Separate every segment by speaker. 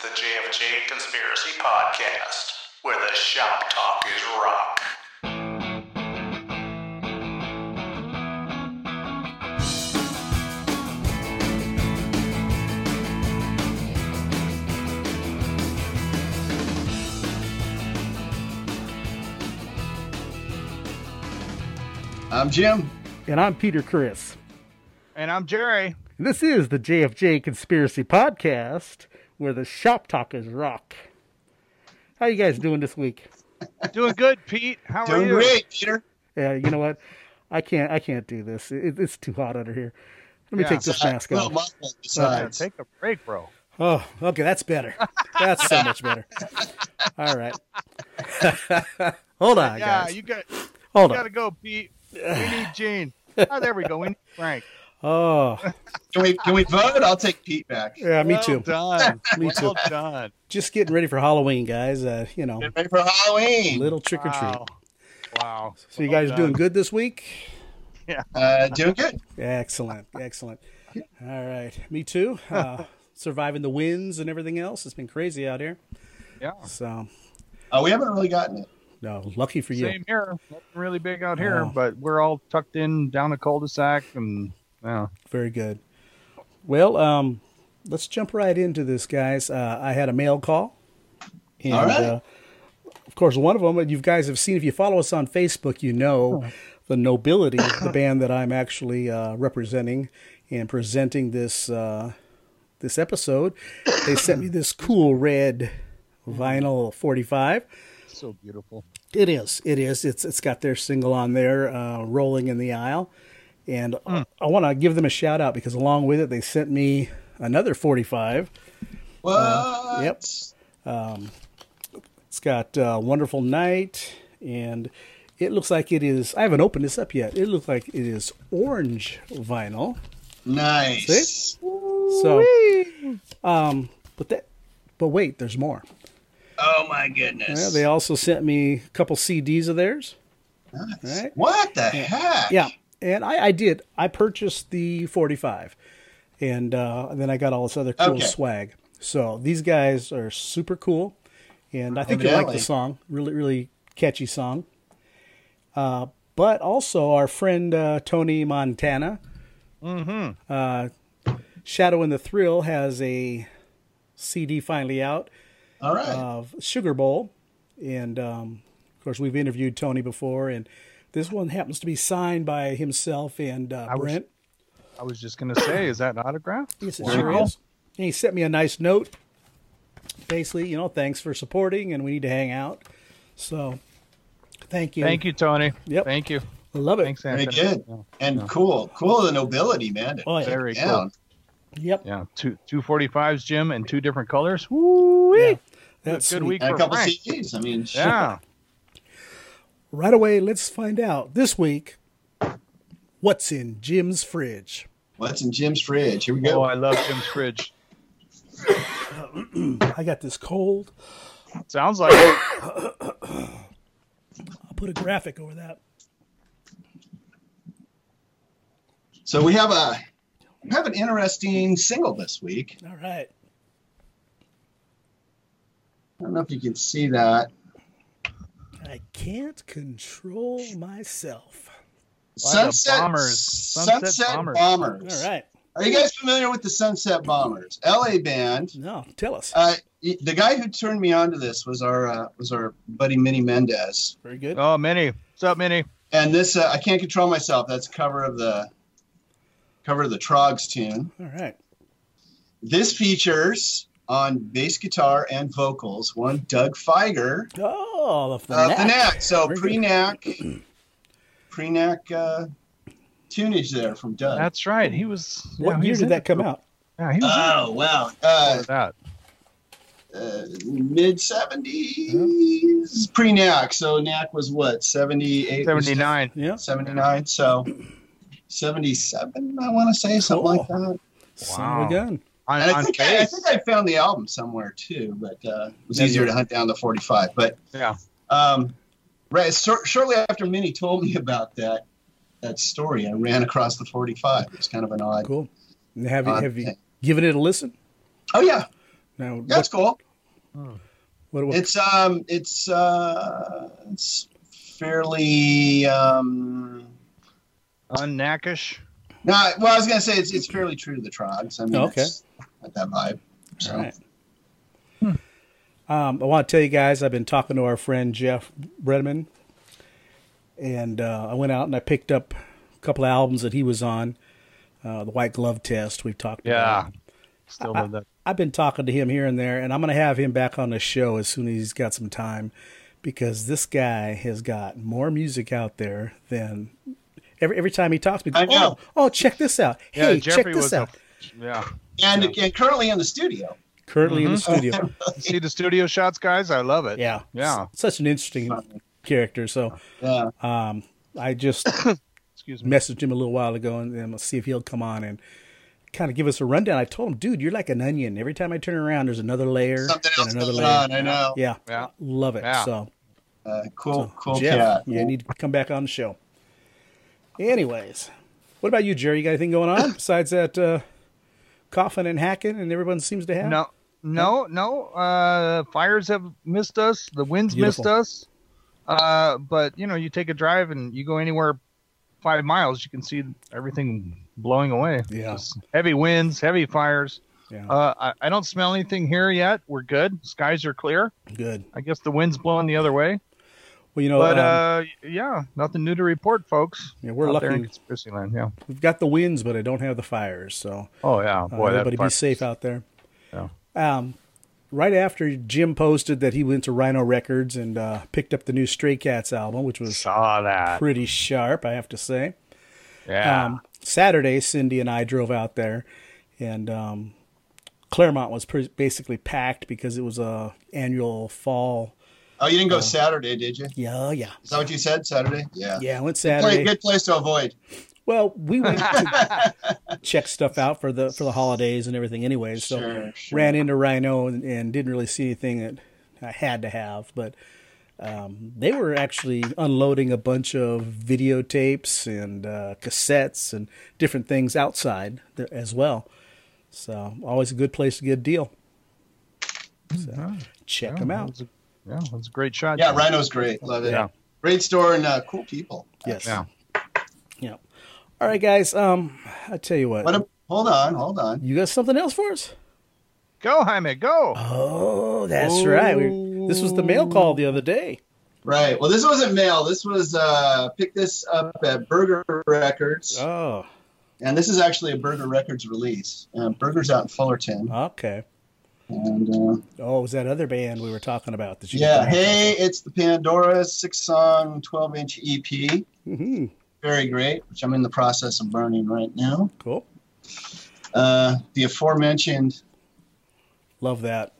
Speaker 1: the JFJ Conspiracy Podcast, where the shop talk is rock.
Speaker 2: I'm Jim.
Speaker 3: And I'm Peter Chris.
Speaker 4: And I'm Jerry.
Speaker 3: And this is the JFJ Conspiracy Podcast, where the shop talkers rock. How you guys doing this week?
Speaker 4: Doing good, Pete. How
Speaker 2: Doing
Speaker 4: are you?
Speaker 2: great, Peter.
Speaker 3: Yeah, you know what? I can't. I can't do this. It, it's too hot under here. Let me
Speaker 4: Yeah.
Speaker 3: take this mask
Speaker 2: Well,
Speaker 3: off.
Speaker 2: my fault
Speaker 4: Yeah,
Speaker 2: besides.
Speaker 4: take a break, bro.
Speaker 3: Oh, okay, that's better. That's so much better. All right. Hold on,
Speaker 4: yeah,
Speaker 3: guys.
Speaker 4: you got you
Speaker 3: Hold on.
Speaker 4: gotta go, Pete. We need Gene. Oh, there we go. We need Frank.
Speaker 3: Oh,
Speaker 2: Can we can we vote? I'll take Pete back.
Speaker 3: yeah, me
Speaker 4: well
Speaker 3: too.
Speaker 4: Done.
Speaker 3: Me
Speaker 4: well done.
Speaker 3: Just getting ready for Halloween, guys. Uh, you know,
Speaker 2: Get ready for Halloween.
Speaker 3: little trick or treat.
Speaker 4: Wow. Wow.
Speaker 3: So you
Speaker 4: Well
Speaker 3: guys
Speaker 4: done.
Speaker 3: doing good this week?
Speaker 2: Uh, doing good.
Speaker 3: Excellent, excellent. All right, me too. Uh, surviving the winds and everything else. It's been crazy out here.
Speaker 4: Yeah.
Speaker 3: So,
Speaker 2: Uh, we haven't really gotten it.
Speaker 3: no, lucky for you.
Speaker 4: Same here. Nothing really big out here,
Speaker 3: Oh.
Speaker 4: but we're all tucked in down a cul-de-sac and yeah.
Speaker 3: Very good. Well, um, let's jump right into this, guys. Uh, I had a mail call, and
Speaker 2: All right.
Speaker 3: uh, of course, one of them you guys have seen. If you follow us on Facebook, you know the nobility, the band that I'm actually uh, representing and presenting this uh, this episode. They sent me this cool red vinyl 45.
Speaker 4: So beautiful.
Speaker 3: It is. It is. It's it's got their single on there, uh, "Rolling in the Aisle," and I- I want to give them a shout out because along with it, they sent me another forty-five.
Speaker 2: What?
Speaker 3: yep. It's got uh, "Wonderful Night," and it looks like it is. I haven't opened this up yet. It looks like it is orange vinyl.
Speaker 2: Nice.
Speaker 3: So, um, but that, but wait, there's more.
Speaker 2: Oh my goodness.
Speaker 3: Yeah, they also sent me a couple CDs of theirs.
Speaker 2: Nice.
Speaker 3: right.
Speaker 2: What the heck?
Speaker 3: Yeah, and I, I did. I purchased the 45, and uh, then I got all this other cool
Speaker 2: Okay.
Speaker 3: swag. So these guys are super cool, and I think you'll like
Speaker 2: Evidently.
Speaker 3: the song. Really, really catchy song. Uh, but also our friend uh, Tony Montana, Mm-hmm. uh, Shadow and the Thrill has a CD finally out
Speaker 2: All right.
Speaker 3: of Sugar Bowl, and um, of course we've interviewed Tony before, and this one happens to be signed by himself and uh,
Speaker 4: was-
Speaker 3: Brent.
Speaker 4: I was just gonna say, is that an autograph?
Speaker 3: yes, it
Speaker 2: Very
Speaker 3: sure
Speaker 2: cool.
Speaker 3: is. And he sent me a nice note, basically, you know, thanks for supporting, and we need to hang out. So, thank you.
Speaker 4: Thank you, Tony.
Speaker 3: Yep.
Speaker 4: Thank you.
Speaker 3: I love it.
Speaker 4: Thanks,
Speaker 2: Very
Speaker 4: Anthony.
Speaker 2: good.
Speaker 4: Yeah.
Speaker 2: And cool. Cool the nobility, man. to
Speaker 3: Oh, yeah.
Speaker 2: take
Speaker 4: Very
Speaker 2: down.
Speaker 4: cool.
Speaker 3: Yep.
Speaker 4: Yeah, two two forty fives, Jim, and two different colors. Woo!
Speaker 3: Yeah.
Speaker 4: That's
Speaker 3: That's
Speaker 4: good
Speaker 3: sweet.
Speaker 4: week
Speaker 2: And
Speaker 4: for
Speaker 2: a couple
Speaker 4: Frank.
Speaker 2: CDs. I mean, shit.
Speaker 4: Yeah,
Speaker 3: Right away, let's find out this week what's in Jim's fridge.
Speaker 2: what's in Jim's fridge? Here we go.
Speaker 4: Oh, I love Jim's fridge.
Speaker 3: I got this cold.
Speaker 4: Sounds like it.
Speaker 3: I'll put a graphic over that.
Speaker 2: so we have a we have an interesting single this week.
Speaker 3: All right.
Speaker 2: I don't know if you can see that.
Speaker 3: I can't control myself.
Speaker 4: Why the
Speaker 2: Sunset
Speaker 4: Bombers?
Speaker 2: Sunset,
Speaker 4: Sunset
Speaker 2: Bombers.
Speaker 4: Bombers.
Speaker 3: All right.
Speaker 2: Are you guys familiar with the Sunset Bombers? LA band.
Speaker 3: No, tell us.
Speaker 2: Uh, y- the guy who turned me on to this was our uh, was our buddy Minnie Mendez,
Speaker 3: Very good.
Speaker 4: Oh, Minnie. What's up, Minnie?
Speaker 2: and this uh, I can't control myself. That's a cover of the cover of the Trogs tune.
Speaker 3: All right.
Speaker 2: This features on bass guitar and vocals one Doug Feiger
Speaker 3: Oh, the, the,
Speaker 2: of uh, the
Speaker 3: knack.
Speaker 2: Knack. So
Speaker 3: Very good.
Speaker 2: pre Knack, pre Knack uh, tunage there from Doug.
Speaker 4: That's right. He was.
Speaker 3: What
Speaker 4: yeah, he
Speaker 3: year
Speaker 4: was
Speaker 3: did
Speaker 4: in
Speaker 3: that
Speaker 4: it.
Speaker 3: come out?
Speaker 4: Yeah, he was
Speaker 2: oh wow. Uh,
Speaker 4: in it for that.
Speaker 2: uh, mid 70s, pre NAC. So NAC was what, 78?
Speaker 4: 79.
Speaker 3: Yeah.
Speaker 2: 79. So 77, I want to say, something like that.
Speaker 3: Son of a
Speaker 4: Wow.
Speaker 3: gun.
Speaker 4: On,
Speaker 2: And I
Speaker 4: on
Speaker 2: think I, I
Speaker 4: bass.
Speaker 2: think I found the album somewhere too, but uh, it was
Speaker 3: Yeah,
Speaker 2: easier
Speaker 3: yeah.
Speaker 2: to hunt down the 45. But
Speaker 4: Yeah.
Speaker 2: um, right, shor- shortly after Minnie told me about that that story, I ran across the 45. It's kind of an odd.
Speaker 3: Cool. And Have you
Speaker 2: odd
Speaker 3: have you
Speaker 2: thing.
Speaker 3: given it a listen?
Speaker 2: Oh yeah,
Speaker 3: Now, what-
Speaker 2: That's cool.
Speaker 3: what, what-
Speaker 2: It's um, it's uh, it's fairly um.
Speaker 4: Unnackish.
Speaker 2: No, I- well, I was gonna say it's it's fairly true to the Trogs. I mean,
Speaker 3: Oh, Okay.
Speaker 2: it's got that vibe. So
Speaker 3: All right. Um, I want to tell you guys, I've been talking to our friend Jeff Bredman, and uh, I went out and I picked up a couple of albums that he was on. Uh, the White Glove Test, we've talked about.
Speaker 5: Yeah. Still
Speaker 4: Uh,
Speaker 5: love that.
Speaker 3: I've been talking to him here and there, and I'm going to have him back on the show as soon as he's got some time because this guy has got more music out there than every every time he talks to me.
Speaker 2: I know.
Speaker 3: Oh, oh, check this out.
Speaker 5: Yeah,
Speaker 3: hey,
Speaker 5: Jeffrey
Speaker 3: check this
Speaker 5: was
Speaker 3: out.
Speaker 5: A, yeah.
Speaker 2: and and currently in the studio.
Speaker 3: Currently in the
Speaker 5: Mm-hmm.
Speaker 3: studio.
Speaker 4: See the studio shots, guys? I love it.
Speaker 3: Yeah.
Speaker 5: Yeah.
Speaker 3: S- Such an interesting character. So
Speaker 2: Yeah,
Speaker 3: I just
Speaker 4: Excuse me.
Speaker 3: messaged him a little while ago and, and see if he'll come on and kind of give us a rundown. I told him, dude, you're like an onion. Every time I turn around, there's another layer
Speaker 2: something
Speaker 3: and
Speaker 2: else
Speaker 3: another
Speaker 2: going
Speaker 3: layer.
Speaker 2: on. I know.
Speaker 3: Yeah.
Speaker 5: Yeah.
Speaker 3: Love it.
Speaker 5: Yeah.
Speaker 3: So,
Speaker 2: Uh, cool, cool
Speaker 3: Jeff,
Speaker 2: cat.
Speaker 3: you need to come back on the show. Anyways, what about you, Jerry? You got anything going on besides that uh, coughing and hacking and everyone seems to have?
Speaker 4: No, no, no. Uh, fires have missed us. The winds
Speaker 3: Beautiful.
Speaker 4: missed us. Uh, but you know, you take a drive and you go anywhere five miles, you can see everything blowing away.
Speaker 3: Yeah.
Speaker 4: Just heavy winds, heavy fires.
Speaker 3: Yeah.
Speaker 4: Uh, I, I don't smell anything here yet. We're good. Skies are clear.
Speaker 3: Good.
Speaker 4: I guess the wind's blowing the other way.
Speaker 3: Well, you know,
Speaker 4: But
Speaker 3: um,
Speaker 4: uh, yeah, nothing new to report, folks.
Speaker 3: Yeah, we're
Speaker 4: out there in
Speaker 3: lucky.
Speaker 4: conspiracy land. Yeah.
Speaker 3: we've got the winds, but I don't have the fires. So,
Speaker 5: Oh yeah.
Speaker 3: Uh,
Speaker 5: Boy, that
Speaker 3: everybody be
Speaker 5: fire-
Speaker 3: safe out there.
Speaker 5: Yeah.
Speaker 3: Um, right after Jim posted that he went to Rhino Records and uh, picked up the new Stray Cats album, which was
Speaker 5: Saw that.
Speaker 3: pretty sharp, I have to say.
Speaker 5: Yeah.
Speaker 3: Um, Saturday, Cindy and I drove out there, and um, Claremont was pre- basically packed because it was a annual fall.
Speaker 2: Oh, you didn't go Saturday, did you?
Speaker 3: Yeah, yeah,
Speaker 2: Is that what you said? Saturday? Yeah.
Speaker 3: yeah. I went
Speaker 2: Play,
Speaker 3: Saturday.
Speaker 2: good place to avoid.
Speaker 3: Well, we went to check stuff out for the for the holidays and everything anyway. So
Speaker 2: Sure, sure.
Speaker 3: ran into Rhino and, and didn't really see anything that I had to have, but um, they were actually unloading a bunch of videotapes and uh, cassettes and different things outside th- as well. So always a good place to get a deal. So check them out.
Speaker 4: That's a- Mm-hmm. yeah, that's a great shot.
Speaker 2: Yeah, Rhino's great. Love it.
Speaker 5: Yeah.
Speaker 2: Great store and uh, cool people.
Speaker 3: Yes.
Speaker 5: Yeah.
Speaker 3: Yeah. All right, guys. Um, I tell you what.
Speaker 2: What a, um, hold on, hold on.
Speaker 3: you got something else for us?
Speaker 4: Go, Jaime, go.
Speaker 3: Oh, that's right. We, this was the mail call the other day.
Speaker 2: Right. Well, this wasn't mail. This was uh, pick this up at Burger Records,
Speaker 3: Oh,
Speaker 2: and this is actually a Burger Records release. Uh, Burger's out in
Speaker 3: Oh.
Speaker 2: Fullerton,
Speaker 3: okay.
Speaker 2: and uh,
Speaker 3: Oh, it was that other band we were talking about? That you
Speaker 2: Yeah, hey, it's the Pandora six song, 12 inch EP.
Speaker 3: hmm
Speaker 2: Very great, which I'm in the process of burning right now.
Speaker 3: Cool.
Speaker 2: Uh, the aforementioned
Speaker 3: Love that.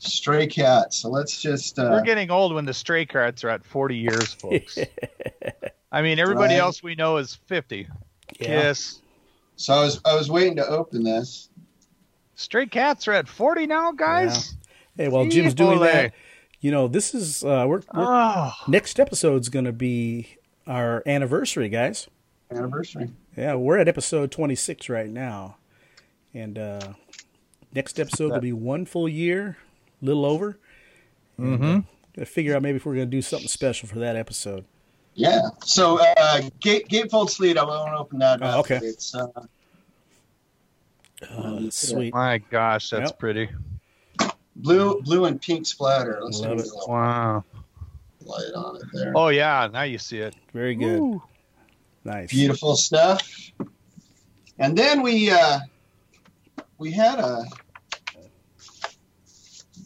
Speaker 2: Stray Cat. So let's just. Uh,
Speaker 4: We're getting old when the stray cats are at 40 years, folks. I mean, everybody
Speaker 2: Right.
Speaker 4: else we know is 50. Yes.
Speaker 2: so I was, I was waiting to open this.
Speaker 4: Stray cats are at 40 now, guys.
Speaker 3: Hey, while Jim's doing
Speaker 4: Ole.
Speaker 3: that, you know, this is uh, we're, we're
Speaker 2: Ah.
Speaker 4: Oh,
Speaker 3: next episode's going to be our anniversary, guys.
Speaker 2: Anniversary.
Speaker 3: Yeah, we're at episode 26 right now, and uh, next episode will be one full year, little over. Mm-hmm. Gotta figure out maybe if we're going to do something special for that episode.
Speaker 2: Yeah. So uh, Gate, Gatefold Sleet, I won't open that
Speaker 3: Oh,
Speaker 2: up.
Speaker 3: okay.
Speaker 2: It's, uh,
Speaker 3: Oh, sweet.
Speaker 4: my gosh, that's
Speaker 3: Yep.
Speaker 4: pretty.
Speaker 2: blue blue and pink splatter. Let's
Speaker 3: Love
Speaker 2: do a
Speaker 3: it.
Speaker 2: little
Speaker 4: Wow.
Speaker 2: light on it there.
Speaker 4: Oh, yeah, now you see it.
Speaker 3: Very good.
Speaker 4: Ooh.
Speaker 3: Nice.
Speaker 2: beautiful stuff. And then we uh, we had a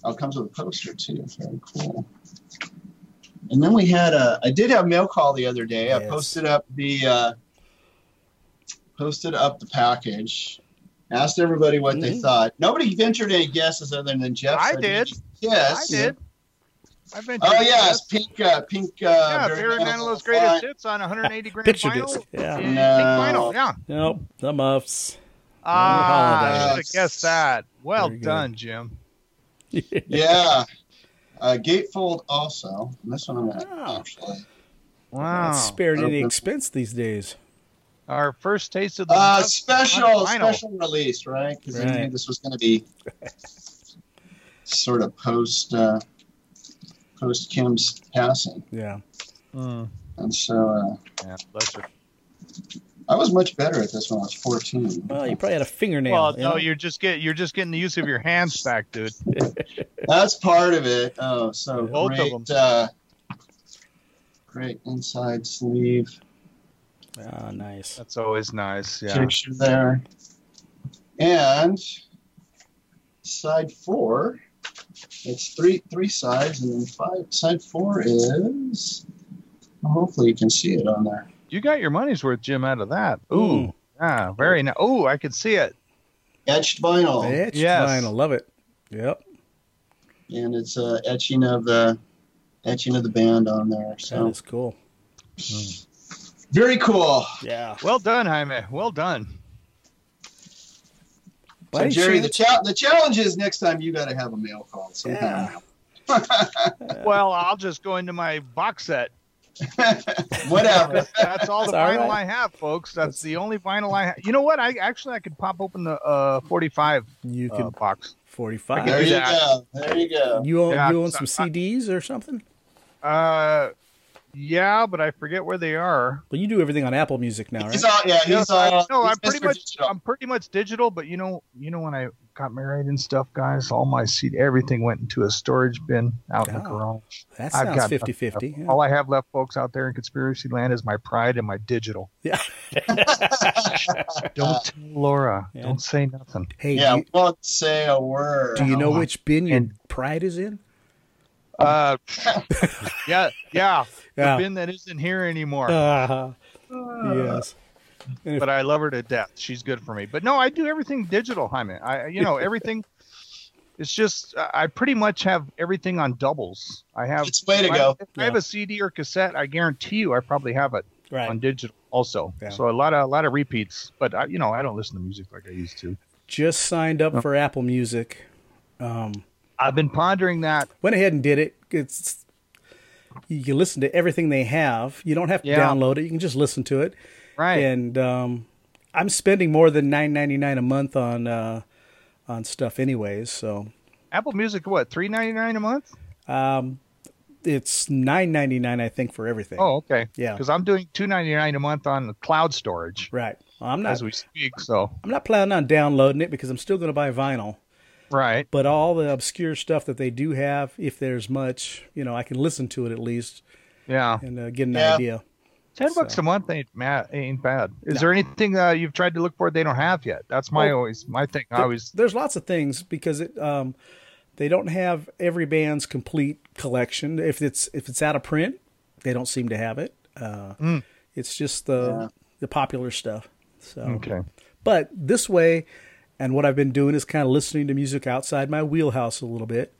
Speaker 2: oh it comes with a poster too. Very cool. And then we had a I did have mail call the other day. I
Speaker 3: Yes.
Speaker 2: posted up the uh, posted up the package. Asked everybody what they
Speaker 3: Mhm.
Speaker 2: thought. Nobody ventured any guesses other than Jeff.
Speaker 4: Mm-hmm. I
Speaker 2: said
Speaker 4: did.
Speaker 2: Yes.
Speaker 4: I did. I've been
Speaker 2: Oh yes, pink, uh, pink. Uh,
Speaker 4: Yeah,
Speaker 2: Barry
Speaker 4: Barry
Speaker 2: Manilow
Speaker 4: Manilow's greatest
Speaker 2: font.
Speaker 4: hits on 180 grand
Speaker 3: Picture
Speaker 4: vinyl.
Speaker 3: disc. Yeah.
Speaker 4: Pink
Speaker 2: No.
Speaker 4: vinyl, yeah.
Speaker 3: Nope. The muffs.
Speaker 4: Ah, I should
Speaker 2: Yes.
Speaker 4: have guessed that. Well
Speaker 3: Very good.
Speaker 4: done, Jim.
Speaker 2: yeah. Uh, gatefold also.
Speaker 4: Oh.
Speaker 6: uh,
Speaker 2: And this one I'm gonna
Speaker 3: Wow.
Speaker 2: actually.
Speaker 3: Oh.
Speaker 4: Wow.
Speaker 3: Spared any
Speaker 2: Okay.
Speaker 3: expense these days.
Speaker 4: Our first taste of the
Speaker 6: Uh,
Speaker 4: Lost
Speaker 6: special,
Speaker 4: Final.
Speaker 6: special release, right? Because I knew
Speaker 3: Right.
Speaker 6: this was going to be sort of post uh, post Kim's passing,
Speaker 3: Yeah.
Speaker 7: Mm.
Speaker 6: and so uh,
Speaker 7: Yeah, bless her.
Speaker 6: I was much better at this when I was fourteen.
Speaker 4: Oh,
Speaker 3: Well, you probably had a fingernail.
Speaker 4: Well,
Speaker 3: you
Speaker 4: no,
Speaker 3: know?
Speaker 4: you're just get you're just getting the use of your hands back, dude.
Speaker 6: That's part of it. Oh, so
Speaker 4: Both of
Speaker 6: great, Uh, great inside sleeve
Speaker 3: Ah, nice.
Speaker 4: That's always nice. Yeah.
Speaker 6: picture there, and side four. It's three three sides, and then five. Side four is. well, hopefully, you can see it on there.
Speaker 4: You got your money's worth, Jim, out of that. Ooh.
Speaker 3: Ooh.
Speaker 4: Yeah, very nice. Ooh, I could see it.
Speaker 6: Etched
Speaker 2: Oh,
Speaker 6: vinyl,
Speaker 3: Etched
Speaker 4: yes.
Speaker 3: vinyl. Love it. Yep.
Speaker 6: and it's a etching of the etching of the band on there.
Speaker 3: That
Speaker 6: So
Speaker 3: is cool.
Speaker 6: very cool.
Speaker 3: Yeah.
Speaker 4: Well done, Jaime. Well done.
Speaker 6: So Jerry, the, cha- the challenge is next time you got to have a mail call. Sometime.
Speaker 4: Well, I'll just go into my box set.
Speaker 6: Whatever.
Speaker 4: That's all the
Speaker 3: That's all
Speaker 4: vinyl
Speaker 3: right.
Speaker 4: I have, folks. That's the only vinyl I have. You know what? I actually I could pop open the uh 45
Speaker 3: you
Speaker 4: uh,
Speaker 3: can
Speaker 4: box.
Speaker 3: forty-five.
Speaker 6: There you
Speaker 4: Yeah.
Speaker 6: go. There you go.
Speaker 3: You own
Speaker 4: Yeah,
Speaker 3: you own some
Speaker 4: so- I-
Speaker 3: CDs or something?
Speaker 4: Uh, yeah, but I forget where they are.
Speaker 3: Well, you do everything on Apple Music now, right?
Speaker 6: He's all, yeah, he's all.
Speaker 3: uh,
Speaker 4: no,
Speaker 6: he's
Speaker 4: I'm pretty
Speaker 6: Mr.
Speaker 4: much
Speaker 6: Digital.
Speaker 4: I'm pretty much digital, but you know, you know when I got married and stuff, guys, all my seed everything went into a storage bin out in the
Speaker 3: Oh,
Speaker 4: garage.
Speaker 3: That
Speaker 4: I've
Speaker 3: sounds
Speaker 4: got
Speaker 3: 50-50. yeah.
Speaker 4: All I have left, folks, out there in conspiracy land is my pride and my digital.
Speaker 3: Yeah. Uh,
Speaker 4: Don't tell Laura.
Speaker 3: Yeah.
Speaker 4: Don't say nothing.
Speaker 3: Hey,
Speaker 6: yeah,
Speaker 3: do, you,
Speaker 6: won't say a word.
Speaker 3: do you know
Speaker 4: Oh,
Speaker 3: which bin your
Speaker 4: and-
Speaker 3: pride is in?
Speaker 4: Uh, yeah, yeah.
Speaker 3: Yeah.
Speaker 4: The bin that isn't here anymore.
Speaker 3: Uh, yes.
Speaker 4: but I love her to death. She's good for me. But no, I do everything digital, Jaime. I, you know, everything. It's just I I pretty much have everything on doubles. I have.
Speaker 6: It's way to
Speaker 4: if I-
Speaker 6: go.
Speaker 4: If I have a CD or cassette, I guarantee you, I probably have it on
Speaker 3: Right.
Speaker 4: digital also.
Speaker 3: Yeah.
Speaker 4: So a lot of a lot of repeats. But I, you know, I don't listen to music like I used to.
Speaker 3: Just signed up for Apple Music. Um,
Speaker 4: I've been pondering that.
Speaker 3: went ahead and did it. It's you can listen to everything they have. You don't have to
Speaker 4: Yeah.
Speaker 3: download it. You can just listen to it.
Speaker 4: Right.
Speaker 3: And um, I'm spending more than nine ninety nine a month on uh, on stuff, anyways. So
Speaker 4: Apple Music, what three ninety nine a month?
Speaker 3: um, it's nine ninety nine, I think, for everything.
Speaker 4: Oh, okay.
Speaker 3: Yeah.
Speaker 4: Because I'm doing two ninety nine a month on the cloud storage
Speaker 3: right. Well, I'm not.
Speaker 4: as we speak. So
Speaker 3: I'm not planning on downloading it because I'm still going to buy vinyl.
Speaker 4: right.
Speaker 3: But all the obscure stuff that they do have, if there's much, you know, I can listen to it at least
Speaker 4: Yeah.
Speaker 3: and uh, get an
Speaker 6: Yeah.
Speaker 3: idea.
Speaker 4: Ten bucks
Speaker 3: So-
Speaker 4: a month ain't mad, ain't bad. Is there anything uh, you've tried to look for they don't have yet? That's my
Speaker 3: Well,
Speaker 4: always my thing. I
Speaker 3: There-
Speaker 4: always
Speaker 3: there's lots of things because it um they don't have every band's complete collection if it's if it's out of print they don't seem to have it uh
Speaker 4: Mm.
Speaker 3: it's just the
Speaker 6: Yeah.
Speaker 3: the popular stuff so
Speaker 4: okay.
Speaker 3: but this way and what i've been doing is kind of listening to music outside my wheelhouse a little bit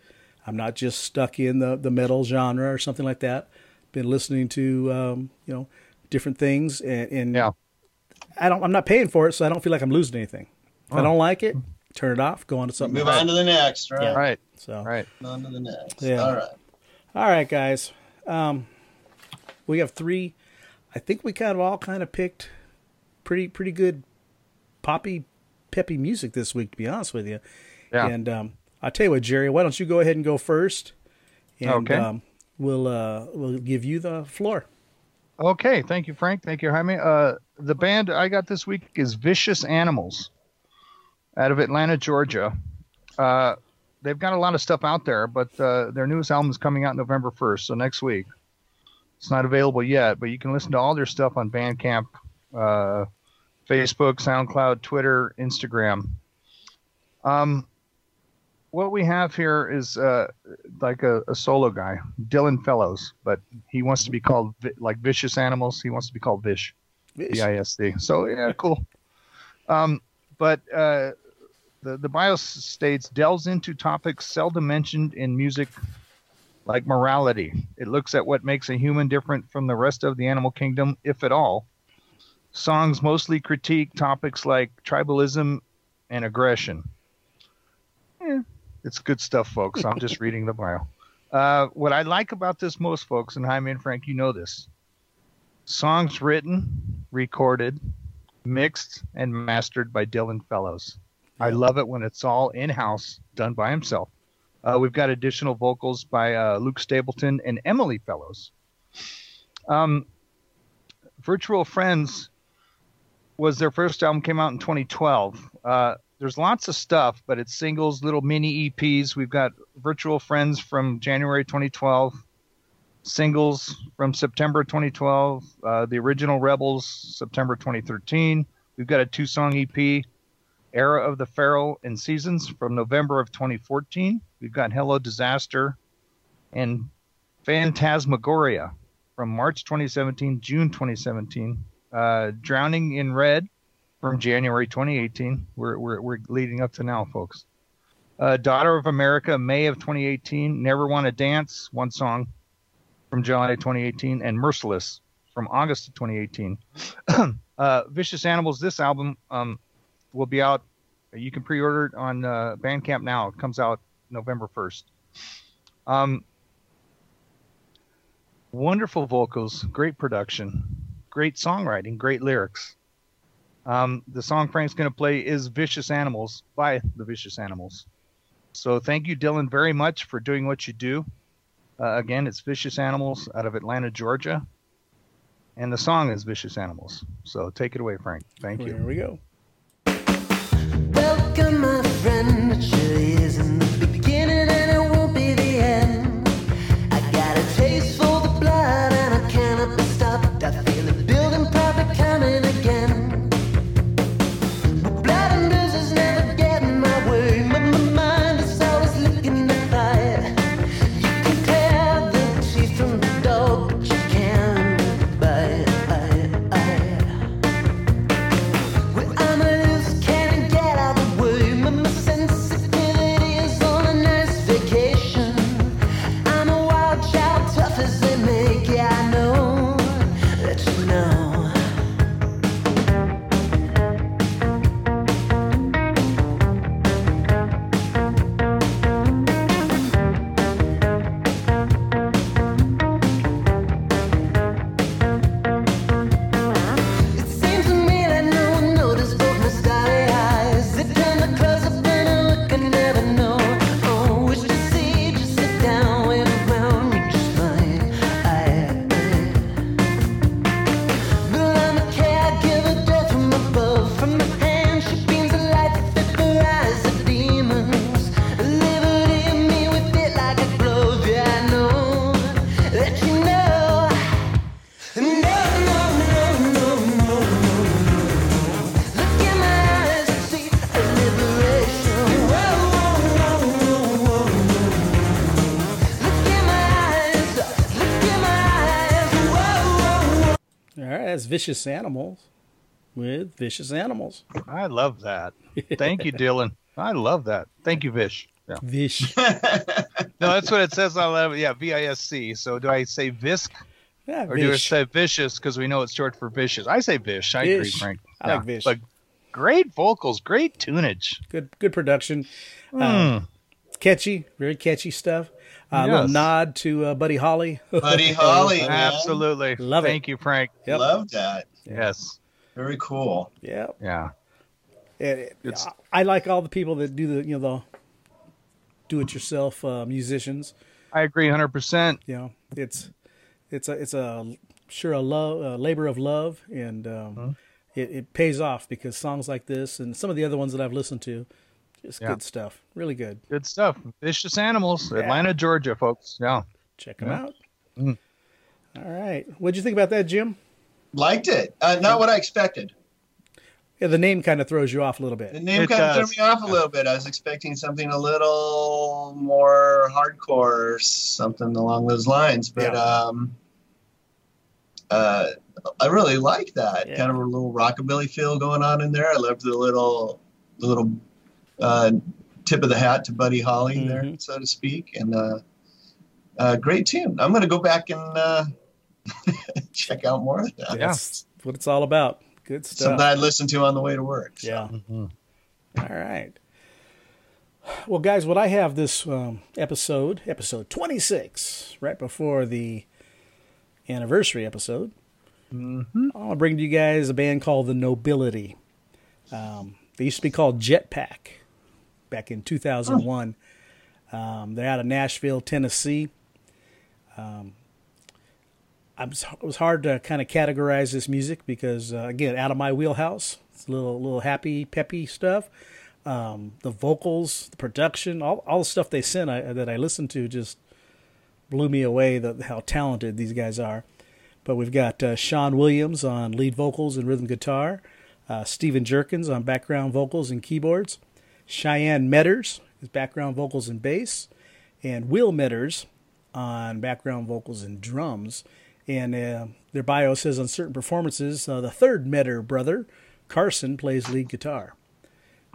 Speaker 3: i'm not just stuck in the the metal genre or something like that been listening to um you know different things and, and
Speaker 4: Yeah,
Speaker 3: I don't. I'm not paying for it, so I don't feel like I'm losing anything. If
Speaker 4: Oh.
Speaker 3: I don't like it, turn it off. Go on to something.
Speaker 6: Move
Speaker 3: else.
Speaker 6: on to the next, right?
Speaker 4: right,
Speaker 3: So,
Speaker 4: right.
Speaker 6: On to the next.
Speaker 3: Yeah.
Speaker 6: All right.
Speaker 3: all right, guys. Um, we have three. I think we kind of all kind of picked pretty pretty good poppy peppy music this week. To be honest with you,
Speaker 4: Yeah.
Speaker 3: And um, I'll tell you what, Jerry. Why don't you go ahead and go first? And,
Speaker 4: Okay.
Speaker 3: Um, we'll uh, we'll give you the floor.
Speaker 4: Okay, thank you, Frank. Thank you, Jaime. Uh, the band I got this week is Vicious Animals, out of Atlanta, Georgia. Uh, they've got a lot of stuff out there, but uh, their newest album is coming out November first, so next week. It's not available yet, but you can listen to all their stuff on Bandcamp, uh, Facebook, SoundCloud, Twitter, Instagram. Um, what we have here is uh, like a, a solo guy, Dylan Fellows, but he wants to be called vi- like Vicious Animals. He wants to be called Vish, V I S D. So yeah, cool. Um, but uh, the the bio s- states delves into topics seldom mentioned in music, like morality. It looks at what makes a human different from the rest of the animal kingdom, if at all. Songs mostly critique topics like tribalism and aggression. Eh, it's good stuff, folks. I'm just reading the bio. Uh, what I like about this most, folks, and Jaime and Frank, you know this. Songs written, recorded, mixed and mastered by Dylan Fellows. I love it when it's all in house, done by himself. Uh, we've got additional vocals by uh, Luke Stapleton and Emily Fellows. Um, Virtual Friends was their first album, came out in 2012. Uh, there's lots of stuff, but it's singles, little mini EPs. We've got Virtual Friends from January 2012, singles from September 2012, uh, the original Rebels, September 2013. We've got a two song EP, Era of the Feral and Seasons from November of 2014. We've got Hello Disaster and Phantasmagoria from March 2017, June 2017. Uh, Drowning in Red from January 2018. We're, we're, we're leading up to now, folks. Uh, Daughter of America, May of 2018. Never Want to Dance, one song from July 2018. And Merciless from August of 2018. uh, Vicious Animals, this album um, will be out. You can pre order it on uh, Bandcamp now. It comes out November 1st. Um, wonderful vocals, great production, great songwriting, great lyrics. Um, the song Frank's going to play is Vicious Animals by The Vicious Animals. So thank you, Dylan, very much for doing what you do. Uh, again, it's Vicious Animals out of Atlanta, Georgia. And the song is Vicious Animals. So take it away, Frank. Thank
Speaker 3: Here
Speaker 4: you.
Speaker 3: we go.
Speaker 8: Welcome, my friend. It surely isn't the beginning and it won't be the end. I got a taste for the blood and I cannot be stopped. I feel it building, probably coming again. But blood and bruises never get in my way. My, my mind is always looking to fight. You can tear the teeth from the dog, but you can't bite. Well, I'm a loose cannon, get out the way. My, my sensitivity is on a nice vacation. I'm a wild child, tough as they make. Yeah, I know that you know. It seems to me that no one noticed both my starry eyes. They turned their clothes up and I look and never know. Oh, wish to see just sit down, wait around me just fine. I, but I'm a caregiver, death from above. From the hand she beams a light that flies the demons. Liberty me with it like a glove. Yeah, I know that you know. No, no, no, no, no, no. Look in my eyes and see a liberation. Whoa, whoa, whoa, whoa, whoa. Look in my eyes. Look in my eyes. Whoa, whoa, whoa.
Speaker 3: All right, that's Vicious Animals with Vicious Animals.
Speaker 4: I love that. Thank you, Dylan. I love that. Thank you, Vish. Yeah.
Speaker 3: Vish.
Speaker 4: No, that's what it says on eleven. Yeah, V I S C. So do I say Visc
Speaker 3: Yeah,
Speaker 4: or do I
Speaker 3: Vish.
Speaker 4: say vicious because we know it's short for vicious? I say Vish. I agree,
Speaker 3: Vish.
Speaker 4: Frank.
Speaker 3: I like Vish.
Speaker 4: But great vocals, great tunage. Hmm.
Speaker 3: Good, good production. Uh, it's catchy, very catchy stuff. Uh, A little
Speaker 4: Yes.
Speaker 3: nod to uh, Buddy Holly.
Speaker 6: Buddy Holly. man.
Speaker 4: Absolutely.
Speaker 3: Love it.
Speaker 4: Thank you, Frank.
Speaker 3: Yep.
Speaker 6: Love that.
Speaker 4: Yes.
Speaker 6: Very cool.
Speaker 3: yeah,
Speaker 4: Yeah.
Speaker 3: And it-
Speaker 4: It's-
Speaker 3: I, I like all the people that do the you know the do-it-yourself uh, musicians.
Speaker 4: I agree 100%.
Speaker 3: You know, it's it's a it's a sure a love a labor of love, and um,
Speaker 4: Mm-hmm.
Speaker 3: it, it pays off because songs like this and some of the other ones that I've listened to, just
Speaker 4: Yeah.
Speaker 3: good stuff. Really good.
Speaker 4: Good stuff. Vicious Animals, Atlanta, Georgia, folks. Yeah. Mm.
Speaker 3: Check them out. All right, what'd you think about that, Jim?
Speaker 6: Liked it. Uh, not what I expected.
Speaker 3: Yeah, the name kind of throws you off a little
Speaker 6: The
Speaker 3: bit.
Speaker 6: name
Speaker 4: It
Speaker 6: kind of
Speaker 4: does.
Speaker 6: threw me off a little bit. I was expecting something a little more hardcore, or something along those lines. But
Speaker 3: Yeah.
Speaker 6: um, uh, I really like that
Speaker 3: Yeah.
Speaker 6: kind of a little rockabilly feel going on in there. I loved the little, the little uh, tip of the hat to Buddy Holly there,
Speaker 3: Mhm.
Speaker 6: so to speak, and uh, uh, great tune. I'm going to go back and uh, check out more of that.
Speaker 3: That's what it's all about. Good stuff.
Speaker 6: Something I listened to on the way to work. so.
Speaker 3: Yeah. All right. Well, guys, what I have this um, episode, episode 26, right before the anniversary episode, I'll bring to you guys a band called The Nobility. Um, they used to be called Jetpack back in 2001. Um, they're out of Nashville, Tennessee. Um, I was, it was hard to kind of categorize this music because, uh, again, out of my wheelhouse. It's a little, little happy, peppy stuff. Um, the vocals, the production, all, all the stuff they sent I, that I listened to just blew me away the, how talented these guys are. But we've got uh, Sean Williams on lead vocals and rhythm guitar, uh, Stephen Jerkins on background vocals and keyboards, Cheyenne Metters is background vocals and bass, and Will Metters on background vocals and drums. And uh, their bio says on certain performances, uh, the third Metter brother, Carson, plays lead guitar.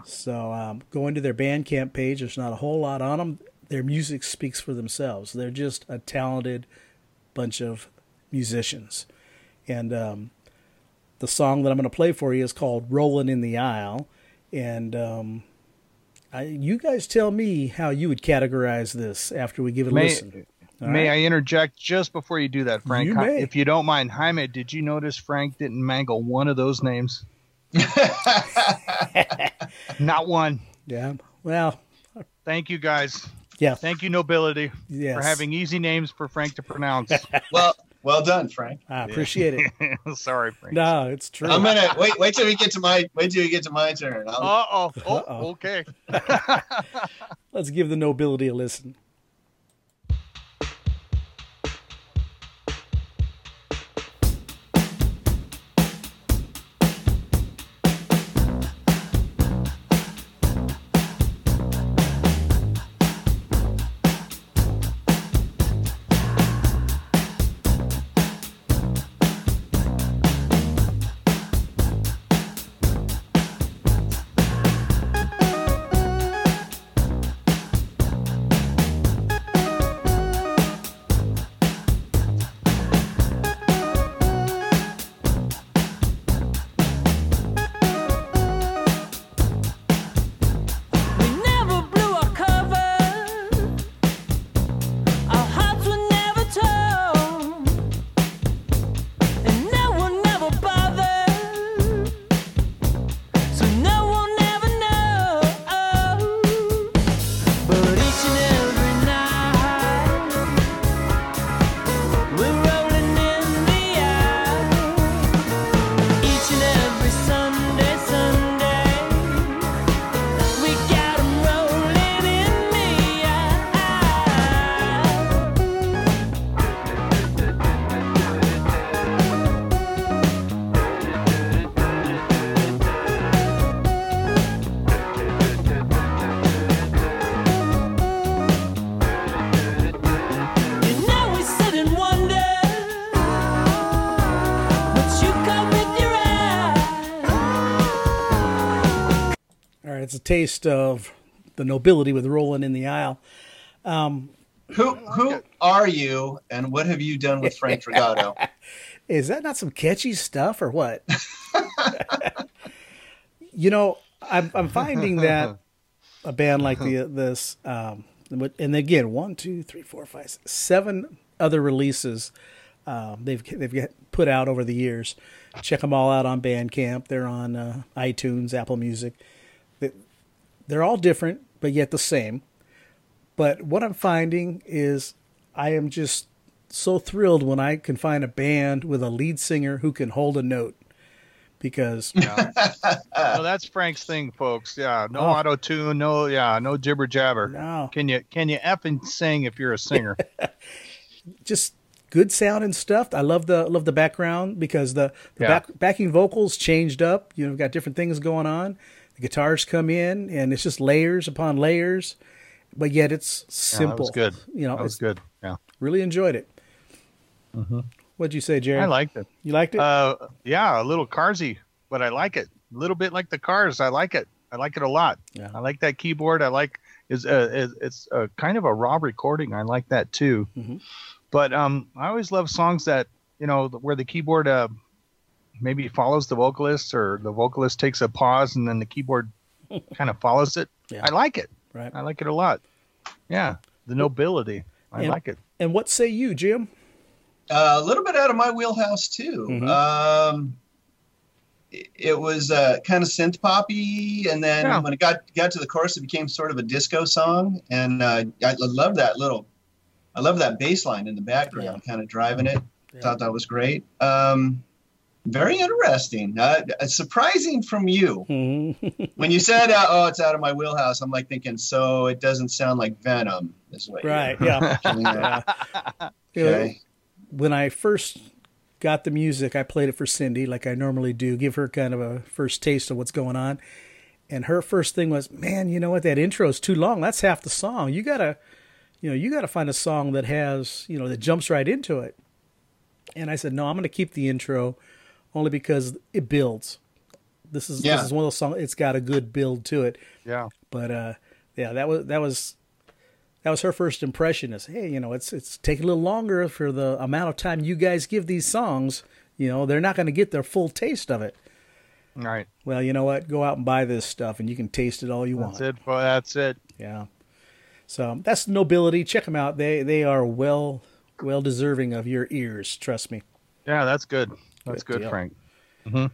Speaker 3: So um, going to their Bandcamp page, there's not a whole lot on them. Their music speaks for themselves. They're just a talented bunch of musicians. And um, the song that I'm going to play for you is called "Rolling in the Aisle," and um, I, you guys tell me how you would categorize this after we give it a
Speaker 4: May-
Speaker 3: listen. All
Speaker 4: may
Speaker 3: right?
Speaker 4: I interject just before you do that, Frank?
Speaker 3: You may.
Speaker 4: If you don't mind, Jaime, did you notice Frank didn't mangle one of those names? Not one.
Speaker 3: Yeah. Well.
Speaker 4: Thank you guys.
Speaker 3: Yeah.
Speaker 4: Thank you, nobility, for
Speaker 3: Yes.
Speaker 4: having easy names for Frank to pronounce.
Speaker 2: Well,
Speaker 9: Well done, Frank.
Speaker 3: I appreciate it.
Speaker 4: Sorry, Frank.
Speaker 3: no, it's true.
Speaker 2: I'm gonna wait. Wait till we get to my. Wait till we get to my turn. I'll,
Speaker 4: Uh oh.
Speaker 3: Uh-oh.
Speaker 4: Oh, okay.
Speaker 3: Let's give the nobility a listen.
Speaker 8: We never blew our cover. Our hearts were never torn, and no one ever bothered, so no one ever knows. But each and every night we're rolling in the eye. Each and every Sunday, Sunday. We got 'em rolling in the eye. You know we sit and wonder, but you come with your eyes.
Speaker 3: All right, it's a taste of the nobility with "Rolling in the Aisle."
Speaker 2: who who are you, and what have you done with Frank Dragato?
Speaker 3: Is that not some catchy stuff or what? you know, I'm I'm finding that a band like the this um with- and again one two three four five six, seven other releases um, they've they've got put out over the years. Check them all out on Bandcamp. They're on uh, iTunes, Apple Music. They- They're all different, but yet the same. But what I'm finding is I am just so thrilled when I can find a band with a lead singer who can hold a note because
Speaker 4: No, that's Frank's thing, folks. Yeah. No auto tune. No. Yeah. No jibber jabber.
Speaker 3: Oh. No.
Speaker 4: Can you can you effing sing if you're a singer?
Speaker 3: just good sound and stuff. I love the love the background because the, the
Speaker 4: Yeah.
Speaker 3: back, backing vocals changed up. You know, we've got different things going on. The guitars come in, and it's just layers upon layers, but yet it's
Speaker 4: Yeah,
Speaker 3: simple.
Speaker 4: that was good.
Speaker 3: You know,
Speaker 4: that was
Speaker 3: it's
Speaker 4: good. Yeah.
Speaker 3: really enjoyed it. What'd you say, Jerry?
Speaker 4: I liked it.
Speaker 3: you liked it.
Speaker 4: Uh, yeah, a little carsy, but I like it. A little bit like the cars. I like it. I like it a lot.
Speaker 3: Yeah.
Speaker 4: I like that keyboard. I like is uh, is- it's uh, kind of a raw recording. I like that too.
Speaker 3: Mhm.
Speaker 4: But um, I always love songs that you know where the keyboard uh, maybe follows the vocalist or the vocalist takes a pause and then the keyboard kind of follows it.
Speaker 3: Yeah.
Speaker 4: I like it.
Speaker 3: right.
Speaker 4: I like it a lot. Yeah, the nobility. I
Speaker 3: And-
Speaker 4: like it.
Speaker 3: And what say you, Jim?
Speaker 2: Uh, a little bit out of my wheelhouse too.
Speaker 3: Mhm.
Speaker 2: Um, it, it was uh, kind of synth poppy, and then
Speaker 4: Yeah.
Speaker 2: when it got got to the chorus, it became sort of a disco song, and uh, I love that little, I love that bass line in the background, kind of driving it.
Speaker 3: Yeah.
Speaker 2: Thought that was great. Um, very interesting. Uh, surprising from you
Speaker 3: Mhm.
Speaker 2: when you said, uh, "Oh, it's out of my wheelhouse." I'm like thinking, so it doesn't sound like Venom this way.
Speaker 3: right. Yeah.
Speaker 2: Yeah.
Speaker 3: You know,
Speaker 2: Okay.
Speaker 3: when I first got the music, I played it for Cindy like I normally do, give her kind of a first taste of what's going on. And her first thing was, "Man, you know what? That intro's too long. That's half the song. You gotta, you know, you gotta find a song that has, you know, that jumps right into it." And I said, "No, I'm gonna keep the intro, only because it builds. This is
Speaker 2: Yeah.
Speaker 3: this is one of those songs. It's got a good build to it."
Speaker 4: Yeah.
Speaker 3: but uh yeah that was that was that was her first impression is hey you know it's it's taking a little longer for the amount of time you guys give these songs you know they're not going to get their full taste of it
Speaker 4: All right.
Speaker 3: well you know what go out and buy this stuff and you can taste it all you
Speaker 7: That's
Speaker 3: want
Speaker 7: it. For, that's it.
Speaker 3: yeah so that's nobility check them out they they are well well deserving of your ears trust me
Speaker 4: Yeah, that's good. That's
Speaker 3: Good deal.
Speaker 4: good, Frank.
Speaker 3: all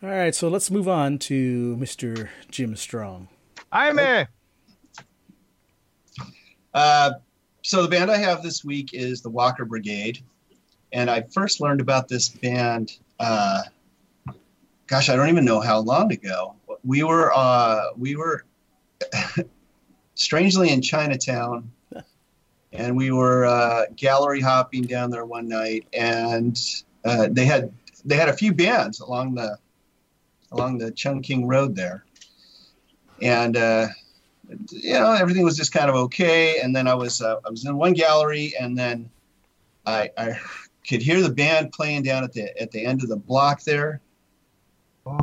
Speaker 3: right so let's move on to mr jim strong
Speaker 4: I'm a
Speaker 2: Uh, so the band I have this week is the Walker Brigade, and I first learned about this band. Uh, gosh, I don't even know how long ago. We were uh, we were strangely in Chinatown, and we were uh, gallery hopping down there one night, and uh, they had they had a few bands along the along the Chungking Road there, and. Uh, you know everything was just kind of okay and then i was uh, i was in one gallery and then i i could hear the band playing down at the at the end of the block there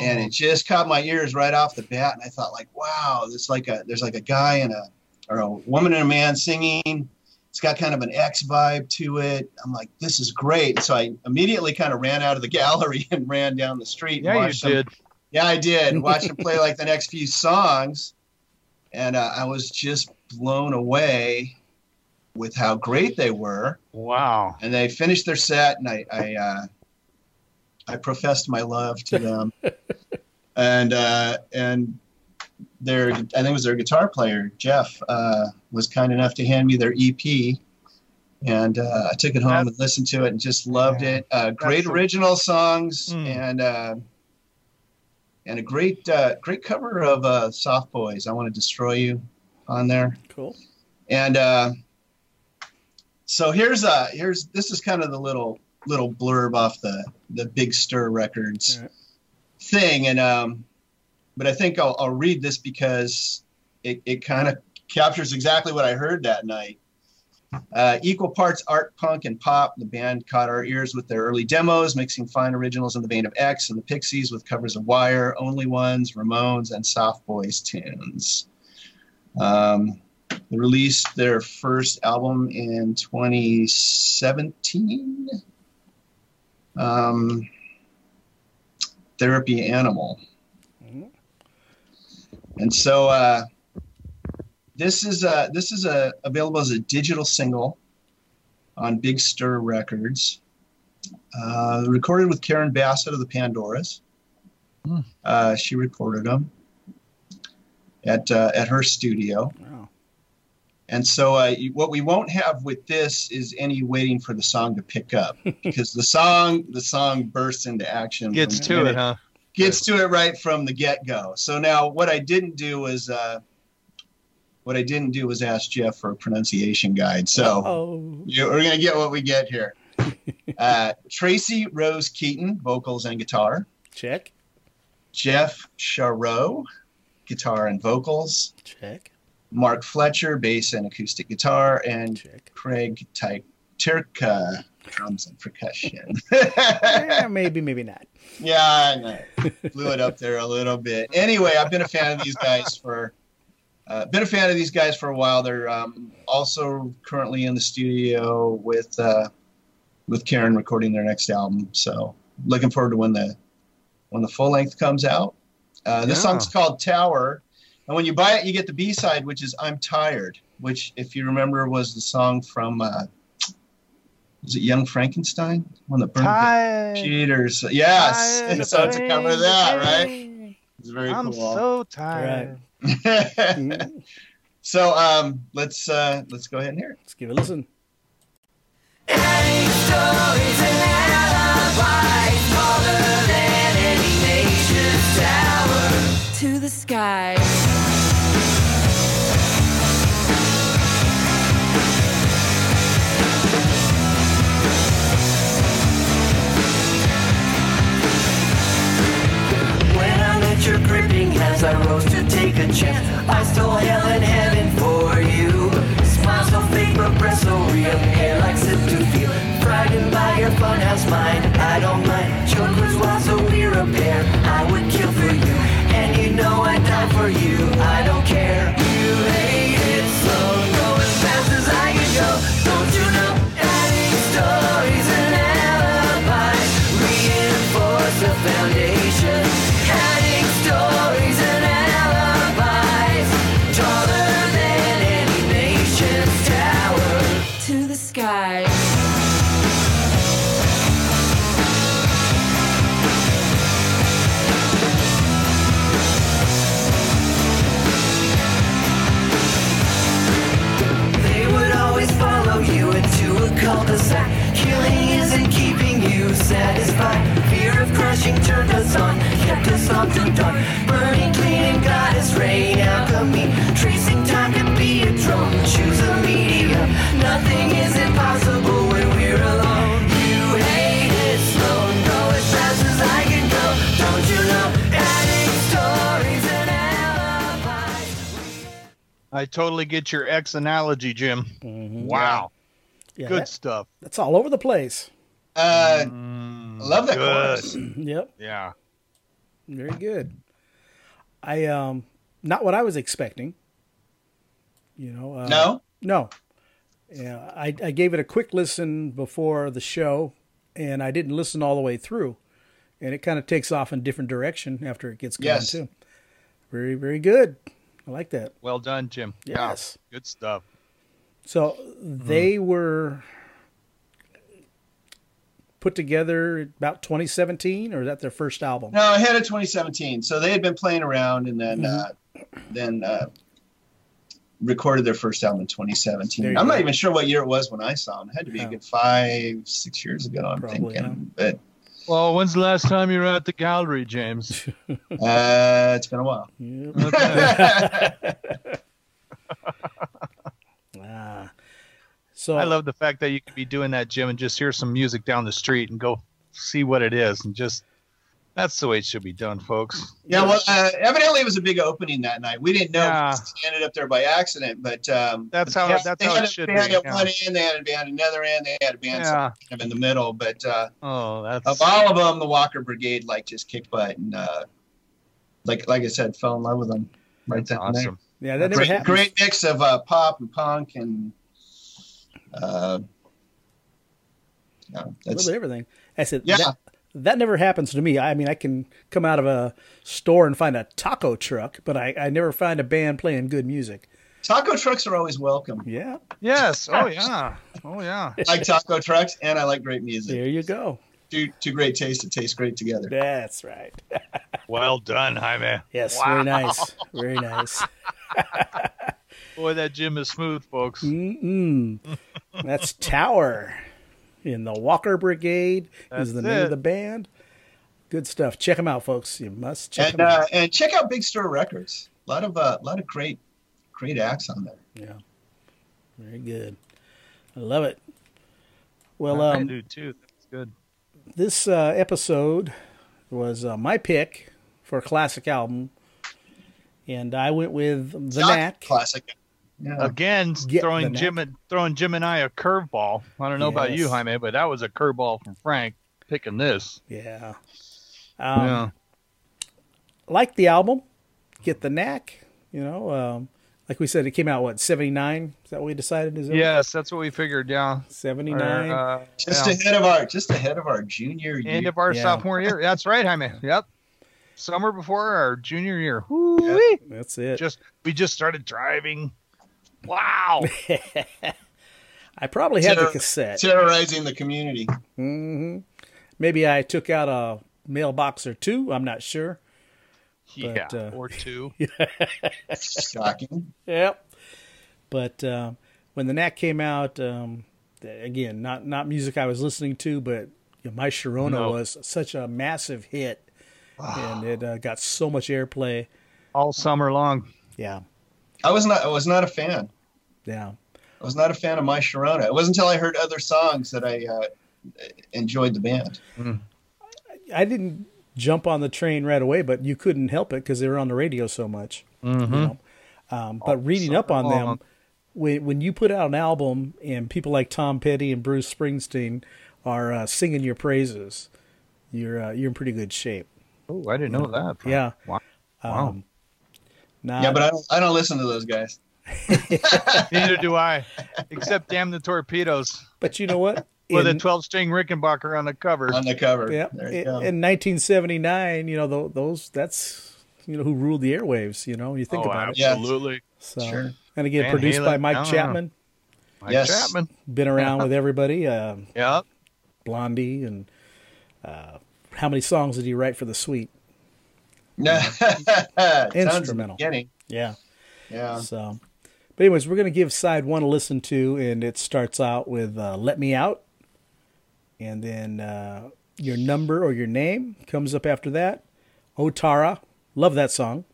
Speaker 2: and it just caught my ears right off the bat and i thought like wow there's like a there's like a guy and a or a woman and a man singing it's got kind of an x vibe to it i'm like this is great so i immediately kind of ran out of the gallery and ran down the street and
Speaker 4: yeah, you
Speaker 2: watched them
Speaker 4: did.
Speaker 2: yeah, I did. Watched him play like the next few songs, and uh, I was just blown away with how great they were.
Speaker 4: Wow.
Speaker 2: And they finished their set, and I I, uh, I professed my love to them, and uh, and their I think it was their guitar player Jeff uh, was kind enough to hand me their EP. And uh, I took it home and listened to it and just loved it. Uh, great
Speaker 4: That's a-
Speaker 2: original songs
Speaker 4: Mm.
Speaker 2: and uh, and a great uh, great cover of uh, Soft Boys. I want to destroy you on there.
Speaker 3: cool
Speaker 2: And uh, so here's uh here's this is kind of the little little blurb off the the Big Stir Records
Speaker 3: All right.
Speaker 2: thing. And um, but I think I'll, I'll read this because it, it kind of captures exactly what I heard that night. Uh, equal parts art, punk, and pop, the band caught our ears with their early demos, mixing fine originals in the vein of X and the Pixies with covers of Wire, Only Ones, Ramones, and Soft Boys tunes. Um, they released their first album in 2017 um, therapy animal and so uh, this is uh, this is uh, available as a digital single on big stir records uh, recorded with karen bassett of the pandoras
Speaker 4: Hmm.
Speaker 2: uh, she recorded them at, uh, at her studio
Speaker 3: wow
Speaker 2: and so, uh, you- what we won't have with this is any waiting for the song to pick up because the song the song bursts into action.
Speaker 4: Gets
Speaker 2: from-
Speaker 4: to
Speaker 2: and
Speaker 4: it, huh?
Speaker 2: Gets to it right from the get go. So now, what I didn't do was uh, what I didn't do was ask Jeff for a pronunciation guide. So
Speaker 3: oh
Speaker 2: you, we're gonna get what we get here. Uh, Tracy Rose Keaton, vocals and guitar.
Speaker 3: check
Speaker 2: Jeff Charot, guitar and vocals.
Speaker 3: check
Speaker 2: Mark Fletcher, bass and acoustic guitar, and
Speaker 3: check
Speaker 2: Craig Ty- Tirka drums and percussion.
Speaker 3: Eh, maybe maybe not
Speaker 2: yeah, I know. blew it up there a little bit. Anyway, I've been a fan of these guys for uh, been a fan of these guys for a while. They're um, also currently in the studio with uh, with Karen recording their next album. So looking forward to when the when the full length comes out. Uh, this
Speaker 4: Yeah.
Speaker 2: song's called Tower, and when you buy it, you get the B side, which is I'm Tired, which if you remember was the song from. Uh, Is it Young Frankenstein? One that burned the
Speaker 4: Tired.
Speaker 2: cheaters. Yes.
Speaker 4: Tired
Speaker 2: And so
Speaker 4: of
Speaker 2: to cover that, right? It's very
Speaker 4: I'm
Speaker 2: cool.
Speaker 4: so tired.
Speaker 3: Right. Mm.
Speaker 2: so, um, let's uh, let's go ahead and hear it.
Speaker 3: Let's give it a listen.
Speaker 10: To the sky.
Speaker 8: When I met your gripping hands, I rose to take a chance. I stole hell and heaven for you. Smile so fake, but breath so real. Hair like sip to feel. Frightened by your funhouse mind, I don't mind. Chokers wild, so we're a pair. I would kill for you, and you know I'd die for you. I don't care. You hate it slow, go as fast as I can go. Don't you know? Adding stories and alibis reinforce the foundation. Adding stories and alibis taller than any nation's tower.
Speaker 10: To the sky.
Speaker 8: They would always follow you into a cul-de-sac. Killing isn't keeping you satisfied. Fear of crushing turned us on, kept us on till dawn. Burning clean and goddess rain alchemy. Tracing time to be a drone, choose a medium. Nothing is impossible when we're alone. You hate it slow, go as fast as I can go. Don't you know? Adding stories and alibis.
Speaker 4: I totally get your ex analogy, Jim.
Speaker 3: Mm-hmm.
Speaker 4: Wow.
Speaker 3: Yeah,
Speaker 4: Good
Speaker 3: that-
Speaker 4: stuff.
Speaker 3: that's all over the place.
Speaker 2: Uh, I love that chorus.
Speaker 3: Yep.
Speaker 4: Yeah.
Speaker 3: Very good. I um not what I was expecting. You know. Uh,
Speaker 2: No,
Speaker 3: No. Yeah, I I gave it a quick listen before the show, and I didn't listen all the way through, and it kind of takes off in different direction after it gets going
Speaker 2: Yes.
Speaker 3: too. Very very good. I like that.
Speaker 4: Well done, Jim.
Speaker 3: Yes.
Speaker 4: Yeah. Good stuff.
Speaker 3: So they were put together about 2017, or is that their first album?
Speaker 2: no, ahead of 2017. So they had been playing around, and then
Speaker 3: Mm-hmm.
Speaker 2: uh, then uh, recorded their first album in
Speaker 3: There
Speaker 2: 2017.
Speaker 3: you
Speaker 2: I'm
Speaker 3: go.
Speaker 2: not even sure what year it was when I saw them. It had to be
Speaker 3: Yeah.
Speaker 2: a good five, six years ago. I'm
Speaker 3: Probably,
Speaker 2: thinking,
Speaker 4: Well, when's the last time you were at the gallery, James?
Speaker 2: but uh, it's been a while.
Speaker 3: Yep. Ah. So
Speaker 4: I love the fact that you could be doing that, Jim, and just hear some music down the street and go see what it is, and just that's the way it should be done, folks.
Speaker 2: Yeah, well, uh, evidently it was a big opening that night. We didn't know
Speaker 4: Yeah.
Speaker 2: we ended up there by accident, but um,
Speaker 4: That's
Speaker 2: but
Speaker 4: how-
Speaker 2: they-
Speaker 4: that's
Speaker 2: they
Speaker 4: how
Speaker 2: had
Speaker 4: it
Speaker 2: a
Speaker 4: should
Speaker 2: band
Speaker 4: be,
Speaker 2: at
Speaker 4: yeah.
Speaker 2: one end, they had a band at another end, they had a band somewhere
Speaker 4: Yeah.
Speaker 2: kind of in the middle. But uh,
Speaker 4: Oh, that's
Speaker 2: of all of them, the Walker Brigade like just kicked butt, and uh, like like I said, fell in love with them right then and there.
Speaker 4: awesome.
Speaker 3: yeah, that never
Speaker 2: Great,
Speaker 3: happened.
Speaker 2: great mix of uh, pop and punk and uh, yeah,
Speaker 3: a little
Speaker 2: that's
Speaker 3: bit of everything. I said,
Speaker 2: Yeah.
Speaker 3: that, that never happens to me. I mean, I can come out of a store and find a taco truck, but I, I never find a band playing good music.
Speaker 2: taco trucks are always welcome.
Speaker 3: Yeah,
Speaker 4: Yes. Oh yeah. Oh yeah.
Speaker 2: I like taco trucks, and I like great music.
Speaker 3: there you go.
Speaker 2: Two two great tastes that taste great together.
Speaker 3: That's right.
Speaker 4: Well done, Jaime.
Speaker 3: Yes,
Speaker 4: Wow.
Speaker 3: very nice. Very nice.
Speaker 4: Boy, that Jim is smooth, folks.
Speaker 3: Mm-mm. That's Tower in the Walker Brigade is
Speaker 4: That's
Speaker 3: the name of
Speaker 4: it.
Speaker 3: the band. Good stuff. Check them out, folks. You must check
Speaker 2: and
Speaker 3: them
Speaker 2: uh,
Speaker 3: out.
Speaker 2: and check out Big Star Records. A lot of uh, a lot of great great acts on there.
Speaker 3: Yeah, very good. I love it. Well,
Speaker 4: I
Speaker 3: um,
Speaker 4: do too. That's good.
Speaker 3: this uh, episode was uh, my pick for a classic album, and I went with The
Speaker 2: Not
Speaker 3: Knack.
Speaker 2: classic.
Speaker 4: Uh,
Speaker 2: Yeah.
Speaker 4: Again,
Speaker 3: uh, Get
Speaker 4: throwing
Speaker 3: the
Speaker 4: Jim and throwing Jim and I a curveball. I don't know about you,
Speaker 3: Yes.
Speaker 4: Jaime, but that was a curveball from Frank picking this.
Speaker 3: Yeah. Um,
Speaker 4: yeah.
Speaker 3: Like the album, get The Knack. You know, um, like we said, it came out, what, 79? Is that what we decided? Is it
Speaker 4: Yes, that's what we figured. Yeah.
Speaker 3: 79?
Speaker 4: Or, uh,
Speaker 2: just
Speaker 4: yeah.
Speaker 2: ahead of our just ahead of our junior
Speaker 4: end
Speaker 2: year.
Speaker 4: of our
Speaker 3: Yeah.
Speaker 4: sophomore year. That's right, Jaime. Yep. Summer before our junior year. Woo!
Speaker 3: That's it.
Speaker 4: Just we just started driving. Wow.
Speaker 3: I probably had the
Speaker 2: Terror-
Speaker 3: cassette.
Speaker 2: terrorizing the community.
Speaker 3: hmm Maybe I took out a mailbox or two. I'm not sure.
Speaker 4: yeah,
Speaker 3: But, uh,
Speaker 4: or two.
Speaker 2: Shocking.
Speaker 3: Yep. But um, when the Nat came out, um, th- again, not not music I was listening to, but you know, My Sharona
Speaker 7: No.
Speaker 3: was such a massive hit,
Speaker 4: Ah.
Speaker 3: and it uh, got so much airplay.
Speaker 4: All summer long.
Speaker 3: Yeah,
Speaker 2: I was not. I was not a fan.
Speaker 3: yeah.
Speaker 2: I was not a fan of My Sharona. It wasn't until I heard other songs that I uh, enjoyed the band.
Speaker 3: I didn't jump on the train right away, but you couldn't help it because they were on the radio so much.
Speaker 2: Mm-hmm.
Speaker 3: You know? um,
Speaker 2: Oh,
Speaker 3: but reading up on them, when, when you put out an album and people like Tom Petty and Bruce Springsteen are uh, singing your praises, you're uh, you're in pretty good shape.
Speaker 4: Oh, I didn't know that.
Speaker 3: Yeah.
Speaker 4: Wow.
Speaker 3: Um,
Speaker 4: Uh,
Speaker 3: not,
Speaker 2: yeah, but I don't. I don't listen to those guys.
Speaker 4: Neither do I, except damn the torpedoes
Speaker 3: but you know what?
Speaker 4: with a
Speaker 3: In-
Speaker 4: 12 string Rickenbacker on the cover.
Speaker 2: on the cover.
Speaker 3: yeah,
Speaker 2: There
Speaker 3: in,
Speaker 2: you go.
Speaker 3: in 1979, you know tho- those that's you know who ruled the airwaves. You know, you think
Speaker 7: oh,
Speaker 3: about it.
Speaker 7: absolutely.
Speaker 3: So,
Speaker 2: Sure.
Speaker 3: and again,
Speaker 4: Van
Speaker 3: produced
Speaker 4: Halen,
Speaker 3: by
Speaker 4: I
Speaker 3: Mike
Speaker 4: don't know.
Speaker 3: Chapman.
Speaker 4: Mike
Speaker 2: Yes.
Speaker 4: Chapman.
Speaker 3: Been around with everybody. Uh,
Speaker 4: Yeah.
Speaker 3: Blondie and uh, how many songs did he write for the suite? Instrumental.
Speaker 2: Getting.
Speaker 3: Yeah.
Speaker 2: Yeah.
Speaker 3: So, but anyways, we're gonna give side one a listen to, and it starts out with uh, "Let Me Out," and then uh, your number or your name comes up after that. "Oh Tara," love that song.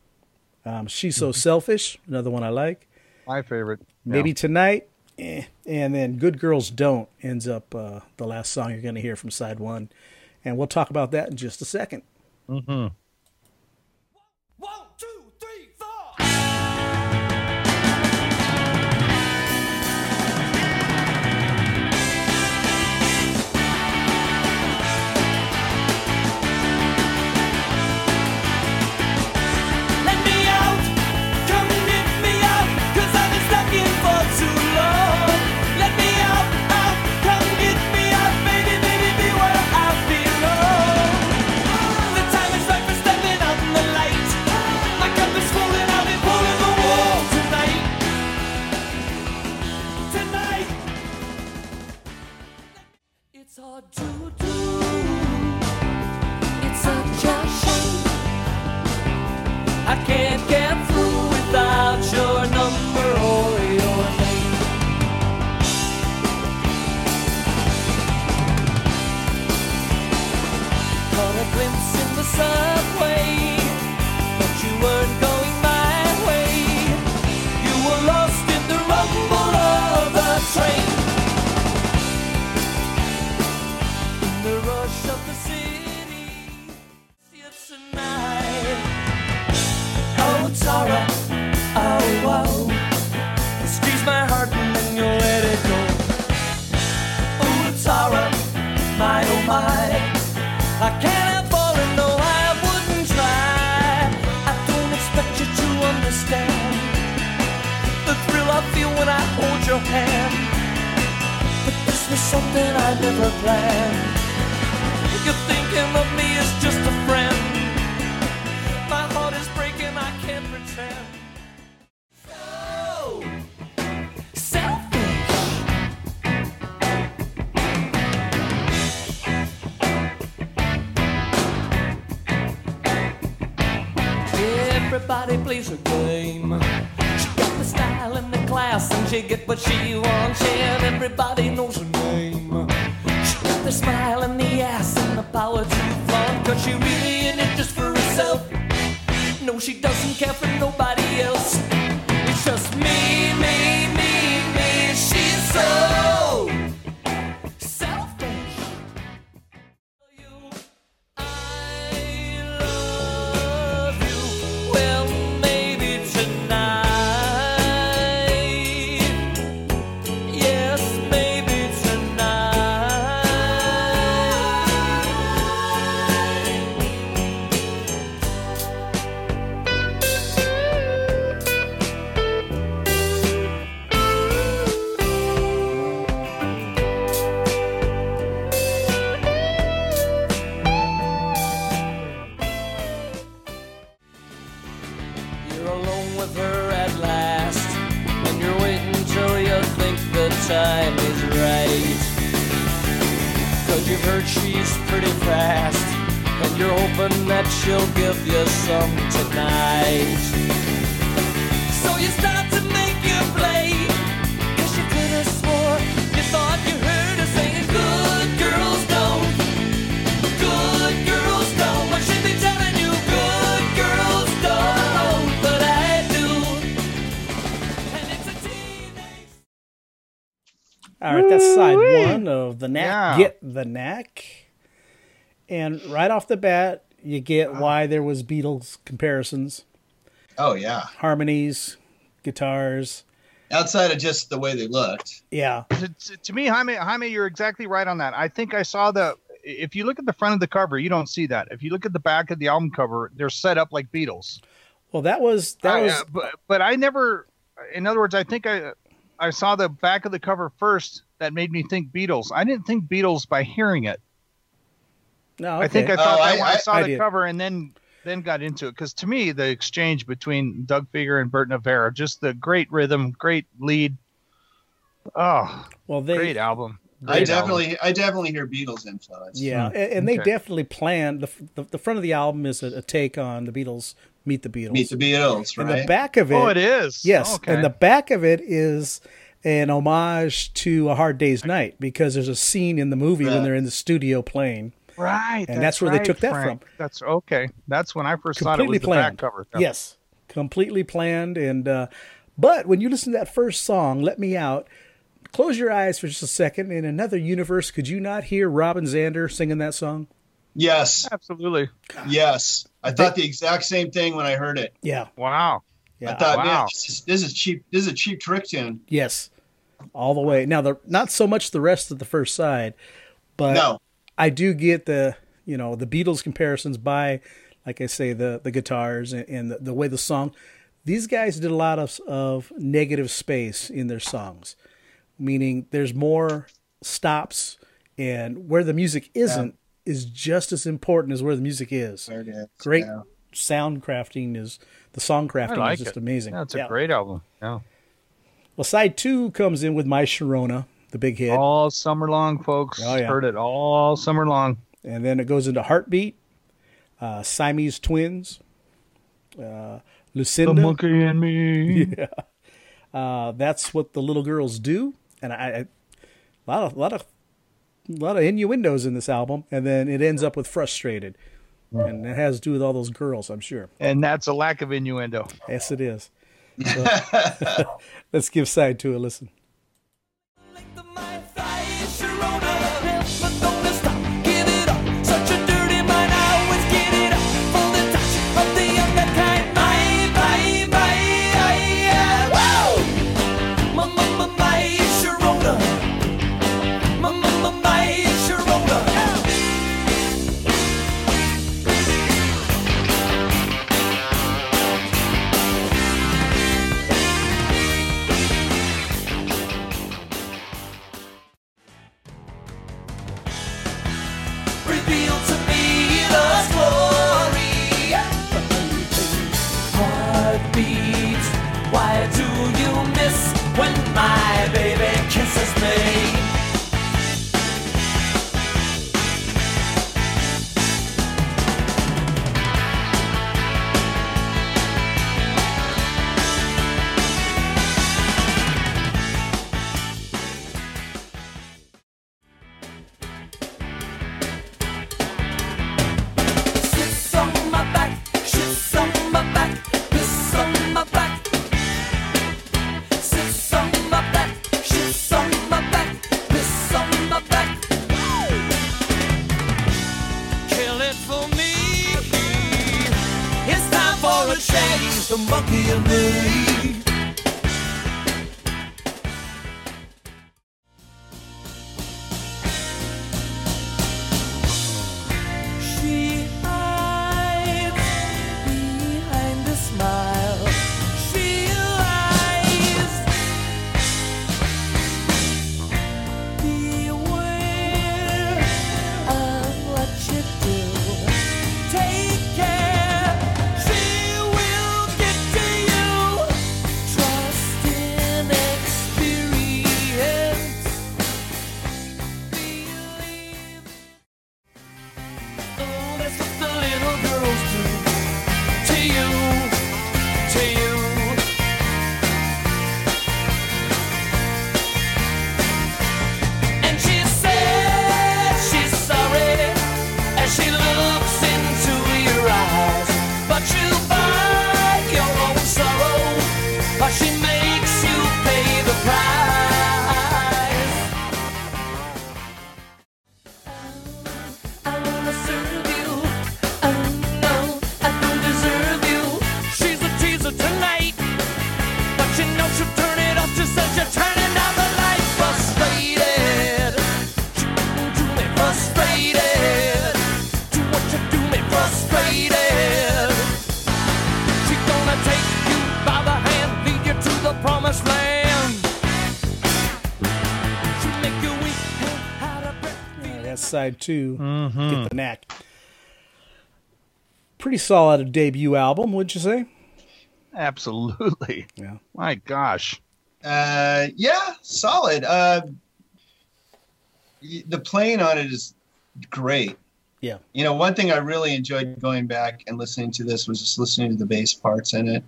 Speaker 3: Um, "She's So Selfish," another one I like.
Speaker 4: My favorite. Yeah.
Speaker 3: "Maybe Tonight," eh. and then "Good Girls Don't" ends up uh, the last song you're gonna hear from side one, and we'll talk about that in just a second.
Speaker 10: One, two, three, four. Let me out, come and let me out, 'cause I've been stuck in for too long. Let me out, out, come get me out, baby, baby, be where I belong. The time is right for stepping out in the light. My cup is full and I'll be pulling the wall tonight. Tonight. It's hard to do. It's such a shame. I can't get through without your number or your name. Caught a glimpse in the subway, but you weren't going my way. You were lost in the rumble of the train. In the rush of the city, see it tonight. Oh, it's alright. Oh, wow. Squeeze my heart and then you let it go. Oh, it's alright. My, oh, my. I can't fall and no, I wouldn't try. I don't expect you to understand the thrill I feel when I hold your hand. But this was something I never planned. You're thinking of me as just a friend. My heart is breaking, I can't pretend. So selfish. Everybody plays her game. She got the style and the class, and she get what she wants. Yeah, and everybody knows her name. She got the smile and the ass and the power to flaunt, cause she really in it just for herself. No, she doesn't care for nobody else. It's just me, me, me, me. She's so selfish. You, I love you. Well, maybe tonight. Yes, maybe tonight. time is right. Cause you've heard she's pretty fast, and you're hoping that she'll give you some tonight. So you start to make your play, cause you could have swore you thought you heard her saying, Good girls don't, good girls don't. I should be telling you, good girls don't, but I do. And it's a teenage.
Speaker 3: All right, that's side one of the knack.
Speaker 4: Yeah.
Speaker 3: Get the knack. And right off the bat, you get why there was Beatles comparisons,
Speaker 2: Oh yeah.
Speaker 3: harmonies, guitars.
Speaker 2: Outside of just the way they looked.
Speaker 3: Yeah,
Speaker 4: to, to- to me, Jaime, Jaime, you're exactly right on that. I think I saw the. If you look at the front of the cover, you don't see that. If you look at the back of the album cover, they're set up like Beatles.
Speaker 3: well, that was that
Speaker 4: I-
Speaker 3: was
Speaker 4: uh, but, but I never. In other words, I think I I saw the back of the cover first. That made me think Beatles. I didn't think Beatles by hearing it.
Speaker 3: no.
Speaker 4: I think I
Speaker 3: okay.
Speaker 4: thought
Speaker 2: Oh, I-
Speaker 4: that when I,
Speaker 2: I-
Speaker 4: saw
Speaker 3: I
Speaker 4: the
Speaker 3: did.
Speaker 4: cover and then then got into it because to me the exchange between Doug Figger and Bert Navarro, just the great rhythm, great lead. Oh,
Speaker 3: well they
Speaker 4: great album.
Speaker 2: I
Speaker 4: Great album.
Speaker 2: definitely I definitely hear Beatles influence.
Speaker 3: yeah, and, and they
Speaker 4: okay.
Speaker 3: definitely planned the, the the front of the album is a, a take on the Beatles, Meet the Beatles,
Speaker 2: Meet the Beatles,
Speaker 3: and
Speaker 2: right?
Speaker 3: the back of it.
Speaker 4: Oh, it is.
Speaker 3: Yes,
Speaker 4: Okay.
Speaker 3: and the back of it is an homage to A Hard Day's Night because there's a scene in the movie when
Speaker 2: Right.
Speaker 3: they're in the studio playing.
Speaker 4: right,
Speaker 3: and that's where they took that from.
Speaker 4: That's okay. That's when I first thought it
Speaker 3: completely
Speaker 4: was the
Speaker 3: planned.
Speaker 4: back cover.
Speaker 3: Yes, completely planned. And uh, but when you listen to that first song, "Let Me Out," close your eyes for just a second. In another universe, could you not hear Robin Zander singing that song?
Speaker 2: Yes,
Speaker 4: absolutely.
Speaker 2: yes. I thought the exact same thing when I heard it.
Speaker 3: Yeah,
Speaker 4: Wow.
Speaker 2: I
Speaker 3: yeah,
Speaker 2: thought, man,
Speaker 4: wow.
Speaker 2: this is, this is cheap. This is a cheap trick tune.
Speaker 3: yes, all the way. Now, the not so much the rest of the first side, but
Speaker 2: No,
Speaker 3: I do get the you know the Beatles comparisons by, like I say, the the guitars and, and the, the way the song. These guys did a lot of of negative space in their songs, meaning there's more stops, and where the music isn't is just as important as where the music is.
Speaker 2: There it is.
Speaker 3: Great
Speaker 2: Yeah.
Speaker 3: sound crafting is the song
Speaker 4: I
Speaker 3: crafting
Speaker 4: like
Speaker 3: is just
Speaker 4: it.
Speaker 3: amazing.
Speaker 4: That's
Speaker 3: Yeah.
Speaker 4: a great album. Yeah.
Speaker 3: Well, side two comes in with my Sharona, the big hit,
Speaker 4: All summer long, folks.
Speaker 3: Oh, yeah.
Speaker 4: Heard it all summer long.
Speaker 3: and then it goes into Heartbeat, uh, Siamese Twins, uh, Lucinda.
Speaker 4: The monkey and me.
Speaker 3: Uh, that's what the little girls do, and I, I a lot of lot of lot of innuendos in this album, and then it ends up with frustrated, and it has to do with all those girls, I'm sure.
Speaker 4: And that's a lack of innuendo.
Speaker 3: Yes, it is. So- let's give side two a listen.
Speaker 10: Like the mind flies, Sharona. Never gonna stop, give it up. Such a dirty mind, I always get it up. For the touch of the younger kind. My, my, my, I, I, wow. My, my, my, my, Sharona. My, my, my, my, Sharona. Reveal to me the story. Heartbeat, why do you miss when my baby kisses me? Sits on my back, shits on my back, piss on my back. Sits on my back, shits on my back, piss on my back. Kill it for me. It's time for a change. The monkey and me. She hides behind the smile. She lies. Beware of what you do. Take care. She will get to you.
Speaker 3: that side too. Get the knack. Pretty solid debut album, would you say?
Speaker 4: Absolutely.
Speaker 3: Yeah.
Speaker 4: My gosh.
Speaker 2: Uh, yeah, solid. Uh, y- the playing on it is great.
Speaker 3: Yeah.
Speaker 2: You know, one thing I really enjoyed going back and listening to this was just listening to the bass parts in it.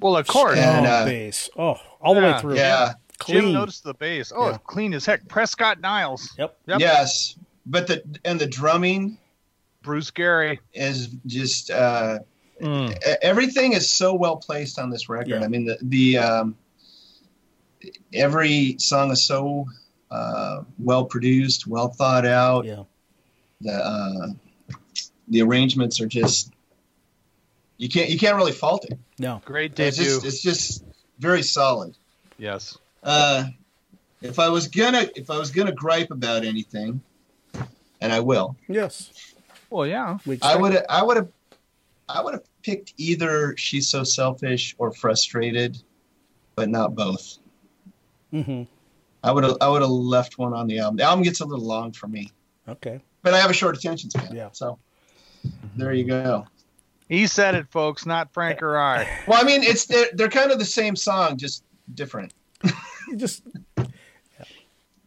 Speaker 4: Well, of course.
Speaker 2: Yeah. And,
Speaker 3: oh,
Speaker 2: uh,
Speaker 3: bass. Oh, all the way
Speaker 4: yeah,
Speaker 3: through.
Speaker 2: Yeah.
Speaker 3: Clean.
Speaker 4: Jim noticed the bass. Oh,
Speaker 3: Yeah.
Speaker 4: it's clean as heck. Prescott Niles.
Speaker 3: Yep.
Speaker 4: Yep.
Speaker 2: Yes. But the and the drumming
Speaker 4: Bruce Gary. Mm,
Speaker 2: is just uh, e- everything is so well placed on this record.
Speaker 3: Yeah.
Speaker 2: I mean the the um, every song is so uh, well produced, well thought out.
Speaker 3: Yeah.
Speaker 2: the uh, the arrangements are just you can't you can't really fault it.
Speaker 3: No.
Speaker 4: Great
Speaker 2: It's
Speaker 4: debut.
Speaker 2: just it's just very solid.
Speaker 7: Yes.
Speaker 2: Uh, if I was gonna if I was gonna gripe about anything, and I will,
Speaker 3: Yes.
Speaker 4: well, yeah.
Speaker 3: We
Speaker 2: I
Speaker 3: expect-
Speaker 2: would I would have I would have picked either she's so selfish or frustrated, but not both.
Speaker 3: Mhm.
Speaker 2: I would have I would have left one on the album. The album gets a little long for me,
Speaker 3: Okay.
Speaker 2: but I have a short attention span.
Speaker 3: Yeah.
Speaker 2: So there you go.
Speaker 4: He said it, folks, not Frank or I.
Speaker 2: Well, I mean, it's they're, they're kind of the same song, just different.
Speaker 3: You Just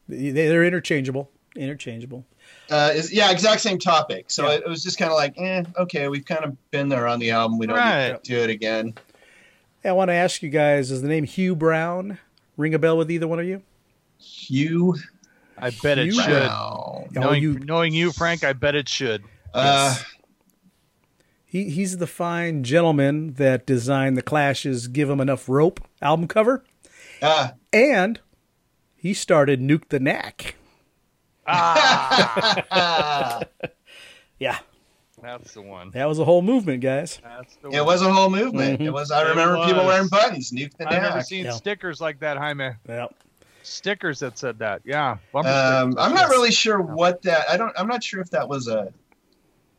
Speaker 3: They- they're interchangeable. Interchangeable.
Speaker 2: Uh, is yeah, exact same topic. So
Speaker 3: Yeah.
Speaker 2: it, it was just kind of like, eh, okay, we've kind of been there on the album. We don't need
Speaker 4: Right.
Speaker 2: to do it again.
Speaker 3: Hey, I want to ask you guys: Is the name Hugh Brown ring a bell with either one of you?
Speaker 2: Hugh
Speaker 7: I bet it
Speaker 3: You-
Speaker 7: should.
Speaker 2: Brown.
Speaker 3: Oh,
Speaker 4: knowing,
Speaker 3: you-
Speaker 4: knowing you, Frank, I bet it should.
Speaker 2: Uh,
Speaker 3: He, he's the fine gentleman that designed the Clash's "Give 'Em Enough Rope" album cover,
Speaker 2: uh,
Speaker 3: and he started Nuke the Knack.
Speaker 4: Ah,
Speaker 2: ah.
Speaker 3: yeah,
Speaker 4: That's the one.
Speaker 3: that was a whole movement, guys.
Speaker 4: That's the
Speaker 2: it
Speaker 4: one.
Speaker 2: was a whole
Speaker 3: Mm-hmm.
Speaker 2: movement. It was. I
Speaker 4: It
Speaker 2: remember people
Speaker 4: was.
Speaker 2: wearing buttons. Nuke the
Speaker 4: I've never
Speaker 2: neck.
Speaker 4: seen
Speaker 3: Yeah.
Speaker 4: stickers like that, Jaime.
Speaker 3: Yep.
Speaker 4: Stickers that said that. Yeah. Bumper
Speaker 2: Um,
Speaker 4: stickers.
Speaker 2: I'm not really sure what that. I don't. I'm not sure if that was a.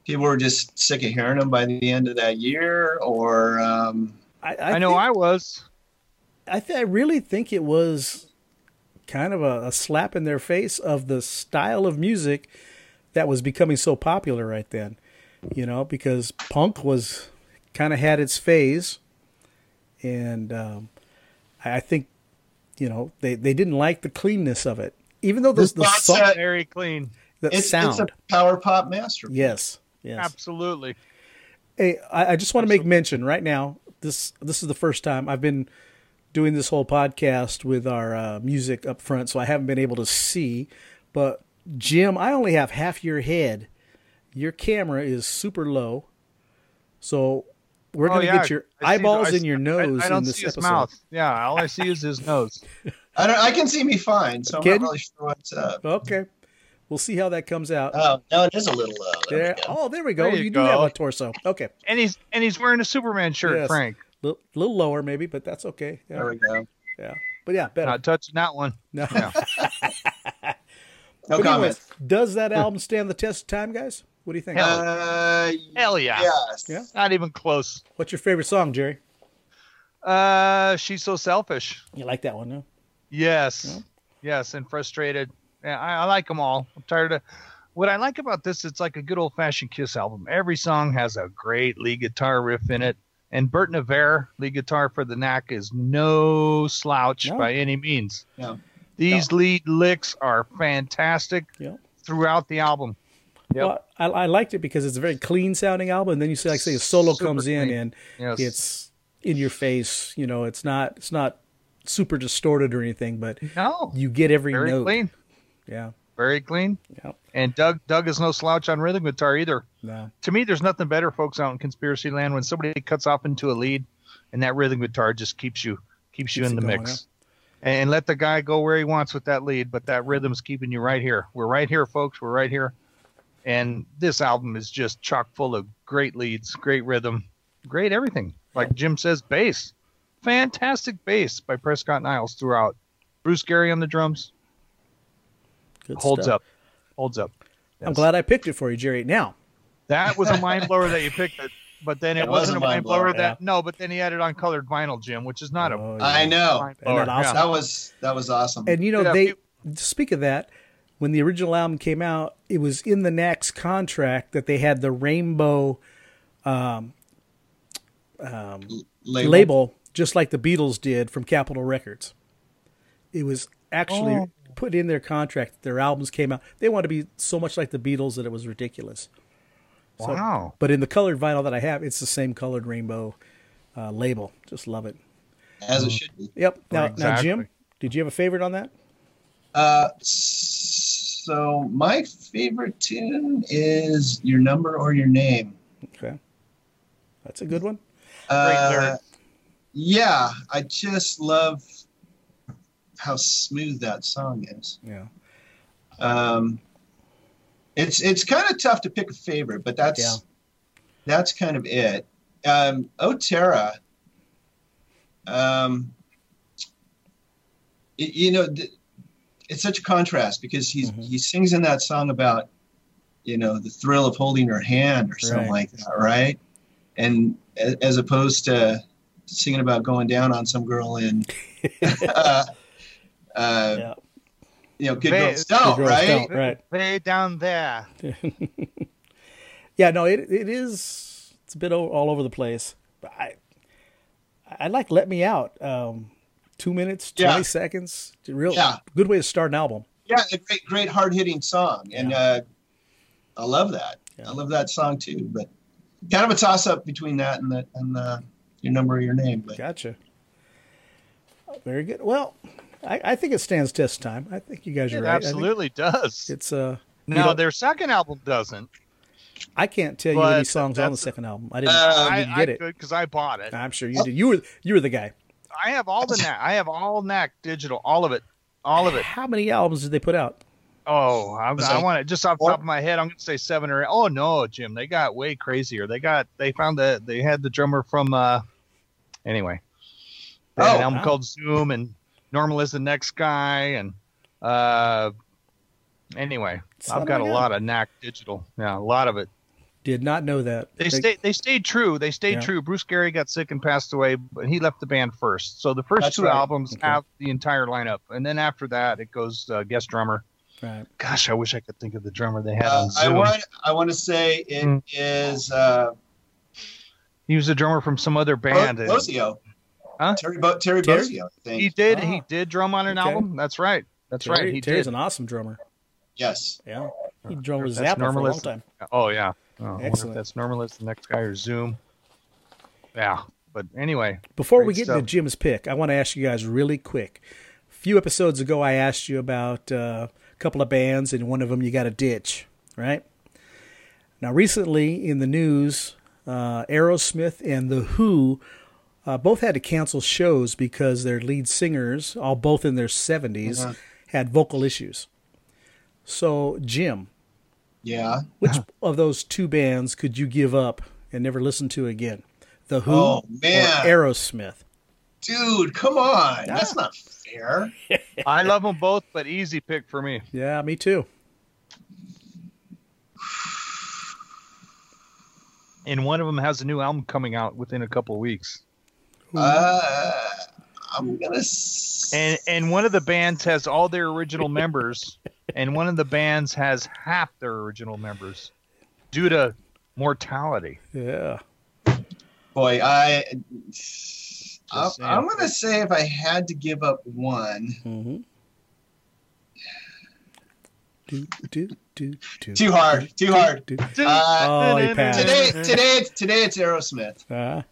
Speaker 2: People were just sick of hearing them by the end of that year, or um,
Speaker 3: I,
Speaker 4: I, know
Speaker 3: think-
Speaker 4: I was.
Speaker 3: I, th- I really think it was kind of a, a slap in their face of the style of music that was becoming so popular right then. You know, because punk was kind of had its phase, and um, I I think you know they, they didn't like the cleanness of it, even though the,
Speaker 2: This
Speaker 3: the
Speaker 2: box
Speaker 3: song,
Speaker 2: set-
Speaker 4: Very clean.
Speaker 3: the
Speaker 2: it's,
Speaker 3: sound.
Speaker 2: it's a power pop masterpiece.
Speaker 3: yes, yes.
Speaker 4: Absolutely.
Speaker 3: Hey, I, I just want to make mention right now. This this is the first time I've been doing this whole podcast with our uh, music up front, so I haven't been able to see. But Jim, I only have half your head. Your camera is super low, so we're
Speaker 4: Oh,
Speaker 3: going to
Speaker 4: yeah.
Speaker 3: get your
Speaker 4: I see the-
Speaker 3: eyeballs
Speaker 4: I
Speaker 3: and your
Speaker 4: see-
Speaker 3: nose
Speaker 4: I, I don't
Speaker 3: in this
Speaker 4: see his
Speaker 3: episode.
Speaker 4: mouth. Yeah. All I see is his nose.
Speaker 2: I don't. I can see me fine, so I'm
Speaker 3: Kid?
Speaker 2: not really sure what's up.
Speaker 3: Okay, we'll see how that comes out.
Speaker 2: Oh no, it is a little low. There we
Speaker 3: there.
Speaker 2: go.
Speaker 3: Oh, there we go.
Speaker 4: There
Speaker 3: you
Speaker 4: you
Speaker 3: do have
Speaker 4: go.
Speaker 3: a torso. Okay,
Speaker 4: And he's and he's wearing a Superman shirt,
Speaker 3: Yes.
Speaker 4: Frank.
Speaker 3: a little, little lower maybe, but that's okay.
Speaker 2: There
Speaker 3: Yeah,
Speaker 2: we go.
Speaker 3: yeah. but yeah, better.
Speaker 4: Not touching that one.
Speaker 3: no.
Speaker 2: No
Speaker 3: But anyways,
Speaker 2: comment.
Speaker 3: does that album stand the test of time, guys? What do you think?
Speaker 2: Uh,
Speaker 4: Hell yeah.
Speaker 2: yes.
Speaker 3: Oh. Yeah.
Speaker 4: Not even close.
Speaker 3: What's your favorite song, Jerry?
Speaker 4: Uh, she's so selfish.
Speaker 3: You like that one, no?
Speaker 4: Yes. Yes, and frustrated. Yeah, I, I like them all. I'm tired of. What I like about this, it's like a good old fashioned Kiss album. Every song has a great lead guitar riff in it, and Bert Navarre, lead guitar for the Knack, is no slouch
Speaker 3: No.
Speaker 4: by any means.
Speaker 3: Oh,
Speaker 2: No.
Speaker 4: These lead licks are fantastic
Speaker 3: Yeah.
Speaker 4: throughout the album. Yep.
Speaker 3: Well, I, I liked it because it's a very clean sounding album, and then you see, like, say, a solo
Speaker 4: Super
Speaker 3: comes in
Speaker 4: clean.
Speaker 3: and
Speaker 4: Yes.
Speaker 3: it's in your face. You know, it's not it's not super distorted or anything, but
Speaker 4: no,
Speaker 3: you get every
Speaker 4: very
Speaker 3: note.
Speaker 4: clean,
Speaker 3: Yeah,
Speaker 4: very clean.
Speaker 3: Yep.
Speaker 4: And Doug, Doug is no slouch on rhythm guitar either.
Speaker 3: no,
Speaker 4: to me, there's nothing better, folks, out in conspiracy land when somebody cuts off into a lead, and that rhythm guitar just keeps you keeps you
Speaker 3: Keeps
Speaker 4: in
Speaker 3: it
Speaker 4: the
Speaker 3: going,
Speaker 4: mix, and let the guy go where he wants with that lead, but that rhythm's keeping you right here. We're right here, folks. We're right here, and this album is just chock full of great leads, great rhythm, great everything. Like Jim says, bass, fantastic bass by Prescott Niles throughout. Bruce Gary on the drums
Speaker 3: good
Speaker 4: holds
Speaker 3: stuff.
Speaker 4: up, holds up.
Speaker 3: I'm glad I picked it for you, Jerry. Now,
Speaker 4: That was a mind blower that you picked it, but then it,
Speaker 2: That was
Speaker 4: wasn't
Speaker 2: a
Speaker 4: a mind
Speaker 2: mind
Speaker 4: blower
Speaker 2: blower,
Speaker 4: that no, but then he had it on colored vinyl, Jim, which is not a
Speaker 3: Oh, yeah.
Speaker 2: I know.
Speaker 4: mind
Speaker 3: Isn't
Speaker 4: blower.
Speaker 3: that awesome?
Speaker 4: Yeah.
Speaker 2: That was that was awesome.
Speaker 3: and you know
Speaker 4: Yeah,
Speaker 3: they
Speaker 4: you-
Speaker 3: speak of that when the original album came out, it was in the Nax contract that they had the rainbow
Speaker 2: label.
Speaker 3: label, just like the Beatles did from Capitol Records. It was actually put in their contract. that Their albums came out. They wanted to be so much like the Beatles that it was ridiculous. So-
Speaker 4: Wow.
Speaker 3: But in the colored vinyl that I have, it's the same colored rainbow uh, label. Just love it.
Speaker 2: as it should be.
Speaker 3: Yep. Now, now,
Speaker 4: Exactly.
Speaker 3: Jim, did you have a favorite on that?
Speaker 2: Uh, so my favorite tune is "Your Number or Your Name."
Speaker 3: Okay. That's a good one.
Speaker 2: Uh,
Speaker 7: lyric.
Speaker 2: yeah, I just love how smooth that song is.
Speaker 3: Yeah.
Speaker 2: Um, it's it's kind of tough to pick a favorite, but that's
Speaker 3: Yeah.
Speaker 2: that's kind of it. Um, oh Terra. Um, y- you know, th- it's such a contrast because he's
Speaker 3: Mhm.
Speaker 2: he sings in that song about you know the thrill of holding her hand or something like
Speaker 3: Right.
Speaker 2: that, right? And a- as opposed to singing about going down on some girl in. uh, uh,
Speaker 3: Yeah.
Speaker 2: You know, good
Speaker 4: They-
Speaker 2: girls don't,
Speaker 3: Girls
Speaker 2: right?
Speaker 3: Don't, right.
Speaker 4: Way down there.
Speaker 3: Yeah, no, it it is. It's a bit o- all over the place. But I I like "Let Me Out." Um, two minutes, twenty
Speaker 2: Yeah.
Speaker 3: seconds. It's a Real
Speaker 2: Yeah.
Speaker 3: good way to start an album.
Speaker 2: yeah, a great, great hard hitting song, and uh, I love that. I love that song too. But kind of a toss up between that and the and the your number or your name. But
Speaker 3: Gotcha. Very good. Well, I, I think it stands test time. I think you guys are
Speaker 7: It
Speaker 3: right. I think
Speaker 7: absolutely does.
Speaker 3: It's uh,
Speaker 4: No,
Speaker 3: don't-
Speaker 4: their second album doesn't.
Speaker 3: I can't tell you
Speaker 7: But
Speaker 3: any songs on the
Speaker 7: that's-
Speaker 3: second album. I didn't,
Speaker 2: Uh,
Speaker 3: I
Speaker 4: I,
Speaker 3: didn't
Speaker 4: I
Speaker 3: Um, get it. Uh,
Speaker 4: could because I bought it.
Speaker 3: I'm sure you did. You were you were the guy.
Speaker 4: I have all the knack. I have all knack digital, all of it, all of it.
Speaker 3: How many albums did they put out?
Speaker 4: Oh, I,
Speaker 2: Was
Speaker 4: I
Speaker 2: it
Speaker 4: want it just off the
Speaker 2: four?
Speaker 4: top of my head. I'm gonna say seven or eight. Oh no, Jim, they got way crazier. They got they found that they had the drummer from uh anyway. They had
Speaker 2: Oh,
Speaker 4: an album
Speaker 3: wow.
Speaker 4: called Zoom and Normal is the next guy and uh anyway,
Speaker 3: It's
Speaker 4: I've
Speaker 3: not
Speaker 4: got a
Speaker 3: my
Speaker 4: lot of knack digital. Yeah, a lot of it.
Speaker 3: Did not know that.
Speaker 4: They stayed they stayed true. They stayed
Speaker 3: Yeah.
Speaker 4: true. Bruce Gary got sick and passed away, but he left the band first. So the first
Speaker 2: That's
Speaker 4: two
Speaker 2: right.
Speaker 4: albums
Speaker 3: Okay.
Speaker 4: have the entire lineup and then after that it goes uh, guest drummer.
Speaker 3: Right.
Speaker 4: Gosh, I wish I could think of the drummer they had
Speaker 2: uh,
Speaker 4: on Zoom.
Speaker 2: I want I want to say it is
Speaker 4: Mm.
Speaker 2: uh,
Speaker 4: He was a drummer from some other band. and
Speaker 2: Bozio.
Speaker 4: Huh?
Speaker 2: Terry Bo- Terry,
Speaker 3: Terry?
Speaker 2: Bozio, I think.
Speaker 4: he did.
Speaker 3: Ah.
Speaker 4: He did drum on an
Speaker 3: Okay.
Speaker 4: album. That's right. That's right.
Speaker 3: Terry-
Speaker 4: He
Speaker 3: Terry's
Speaker 4: did.
Speaker 3: an awesome drummer.
Speaker 2: yes.
Speaker 3: Yeah. He drummed with
Speaker 4: That's
Speaker 3: Zappa for a long
Speaker 4: normalist.
Speaker 3: time.
Speaker 4: oh yeah. Oh, I wonder if
Speaker 3: Excellent.
Speaker 4: That's Normalist. The next guy or Zoom. Yeah. But anyway,
Speaker 3: Before we
Speaker 4: Great
Speaker 3: get
Speaker 4: stuff.
Speaker 3: into Jim's pick, I want to ask you guys really quick. A few episodes ago, I asked you about uh, a couple of bands, and one of them you got to ditch, right? Now, recently in the news, uh, Aerosmith and The Who uh, both had to cancel shows because their lead singers, all both in their 70s,
Speaker 4: Uh-huh.
Speaker 3: had vocal issues. So, Jim,
Speaker 2: Yeah.
Speaker 3: which of those two bands could you give up and never listen to again? The Who
Speaker 2: Oh,
Speaker 3: or
Speaker 2: man.
Speaker 3: Aerosmith?
Speaker 2: Dude, come on. That's not fair.
Speaker 4: I love them both, but easy pick for me.
Speaker 3: Yeah, me too.
Speaker 4: And one of them has a new album coming out within a couple of weeks.
Speaker 2: Uh, I'm gonna. s-
Speaker 4: And and one of the bands has all their original members, and one of the bands has half their original members, due to mortality.
Speaker 3: Yeah.
Speaker 2: Boy, I. I'm,
Speaker 4: saying.
Speaker 2: I'm gonna say if I had to give up one,
Speaker 3: Mm-hmm. Do, do, do, do.
Speaker 2: too hard, too hard.
Speaker 3: Do.
Speaker 2: Uh,
Speaker 3: Oh, he passed.
Speaker 2: today, today, it's, today it's Aerosmith.
Speaker 3: Uh,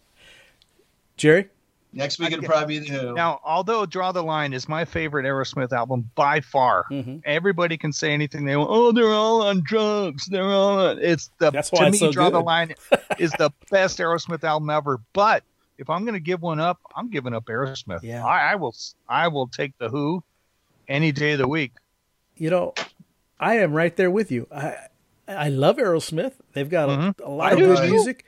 Speaker 3: Jerry?
Speaker 2: Next week it'll probably be the Who.
Speaker 4: Now, although Draw the Line is my favorite Aerosmith album by far,
Speaker 3: Mhm.
Speaker 4: everybody can say anything they want. Oh, they're all on drugs. They're all on. It's the
Speaker 3: That's
Speaker 4: to
Speaker 3: why it's
Speaker 4: me,
Speaker 3: so
Speaker 4: Draw the
Speaker 3: good.
Speaker 4: Line is the best Aerosmith album ever. But if I'm going to give one up, I'm giving up Aerosmith.
Speaker 3: Yeah.
Speaker 4: I, I will. I will take the Who any day of the week.
Speaker 3: You know, I am right there with you. I I love Aerosmith. They've got a, a lot
Speaker 4: I
Speaker 3: of
Speaker 4: do
Speaker 3: good
Speaker 2: too.
Speaker 3: music,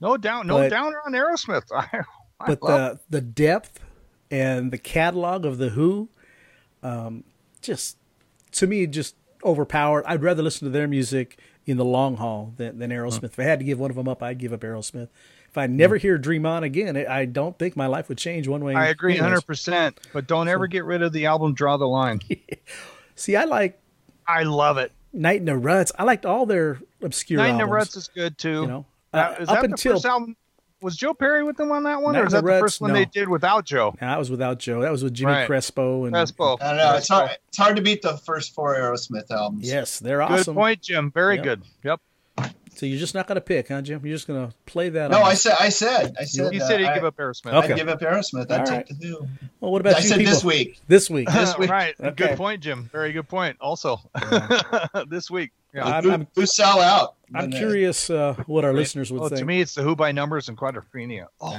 Speaker 4: No down. No
Speaker 3: But-
Speaker 4: downer on Aerosmith. I, I
Speaker 3: but
Speaker 4: love
Speaker 3: the the depth and the catalog of the Who, um, just to me just overpowered. I'd rather listen to their music in the long haul than, than Aerosmith. If I had to give one of them up, I'd give up Aerosmith. If I never hear Dream On again, I I don't think my life would change one way.
Speaker 4: Hmm. I agree
Speaker 3: anyways.
Speaker 4: 100. percent But don't ever get rid of the album Draw the Line.
Speaker 3: See, I like
Speaker 4: I love it.
Speaker 3: Night in the Ruts. I liked all their obscure
Speaker 4: Nine
Speaker 3: albums.
Speaker 4: to Ruts is good too.
Speaker 3: you know,
Speaker 4: Uh,
Speaker 3: Uh,
Speaker 4: is
Speaker 3: up
Speaker 4: that the
Speaker 3: until
Speaker 4: first album? Was Joe Perry with them on that one,
Speaker 3: Nine
Speaker 4: or is
Speaker 3: to
Speaker 4: that the
Speaker 3: Ruts,
Speaker 4: first one
Speaker 3: no.
Speaker 4: they did without Joe?
Speaker 3: Nah, that was without Joe. That was with Jimmy
Speaker 4: Right.
Speaker 3: Crespo and
Speaker 4: Crespo.
Speaker 2: I don't know. It's hard, it's hard to beat the first four Aerosmith albums.
Speaker 3: Yes, they're
Speaker 4: Good
Speaker 3: awesome.
Speaker 4: point, Jim. Very
Speaker 3: Yep.
Speaker 4: good. Yep.
Speaker 3: So you're just not gonna pick, huh, Jim? You're just gonna play that.
Speaker 2: No,
Speaker 3: on.
Speaker 2: I said, I said, I said,
Speaker 4: He
Speaker 2: uh,
Speaker 4: said he'd
Speaker 2: I,
Speaker 4: give up Aerosmith.
Speaker 3: Okay.
Speaker 2: I'd give up Aerosmith. I'd
Speaker 3: All
Speaker 2: take
Speaker 3: right.
Speaker 2: the Who.
Speaker 3: Well, what about
Speaker 2: I
Speaker 3: you
Speaker 2: said
Speaker 3: people?
Speaker 2: this week.
Speaker 3: This week.
Speaker 2: This week.
Speaker 4: Right.
Speaker 3: Okay.
Speaker 4: Good point, Jim. Very good point. Also, this week. Yeah.
Speaker 3: I'm,
Speaker 2: who,
Speaker 3: I'm,
Speaker 2: who sell out?
Speaker 3: I'm
Speaker 2: when they-
Speaker 3: curious uh, what our listeners would
Speaker 4: Oh, to
Speaker 3: think.
Speaker 4: me, it's the Who by Numbers and Quadrophenia. Oh,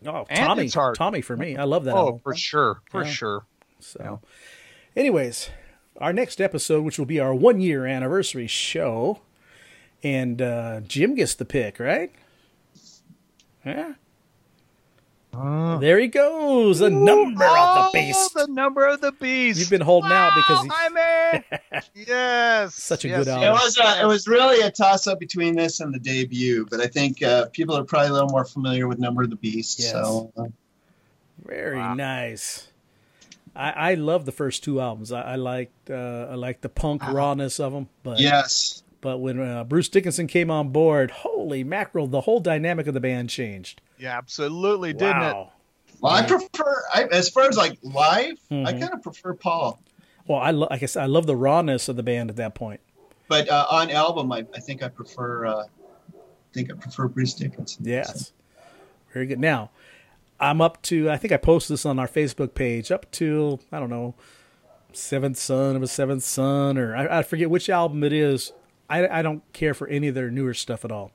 Speaker 3: Yeah. Oh,
Speaker 4: And
Speaker 3: Tommy,
Speaker 4: it's hard.
Speaker 3: Tommy for me. I love that
Speaker 4: oh
Speaker 3: album.
Speaker 4: for sure. For
Speaker 3: Yeah.
Speaker 4: sure.
Speaker 3: So, anyways, our next episode, which will be our one year anniversary show, and uh, Jim gets the pick, right? Yeah. there he goes, the number
Speaker 4: Uh. oh,
Speaker 3: of the beast.
Speaker 4: The number of the beast.
Speaker 3: You've been holding out because
Speaker 4: Wow,
Speaker 3: he-
Speaker 4: Jaime! yes.
Speaker 3: Such a
Speaker 4: yes,
Speaker 3: good
Speaker 4: yes,
Speaker 2: It
Speaker 3: album.
Speaker 2: was uh, it was really a toss up between this and the debut, but I think uh, people are probably a little more familiar with Number of the Beast.
Speaker 3: Yes.
Speaker 2: So uh,
Speaker 3: very nice. I, I love the first two albums. I, I liked uh, I liked the punk rawness of them, but
Speaker 2: yes,
Speaker 3: but when uh, Bruce Dickinson came on board, holy mackerel, the whole dynamic of the band changed.
Speaker 4: Yeah, absolutely. Didn't it?
Speaker 3: Wow.
Speaker 2: well, I prefer I, as far as like live, I
Speaker 3: Mhm.
Speaker 2: kind of prefer Paul,
Speaker 3: Well, I lo- like I said, I love the rawness of the band at that point.
Speaker 2: but uh, on album, I, I think I prefer uh, I think I prefer Bruce Dickinson.
Speaker 3: Yes. Very good. Now, I'm up to, I think I posted this on our Facebook page, up to, I don't know, Seventh Son of a Seventh Son, or I, I forget which album it is. I, I don't care for any of their newer stuff at all.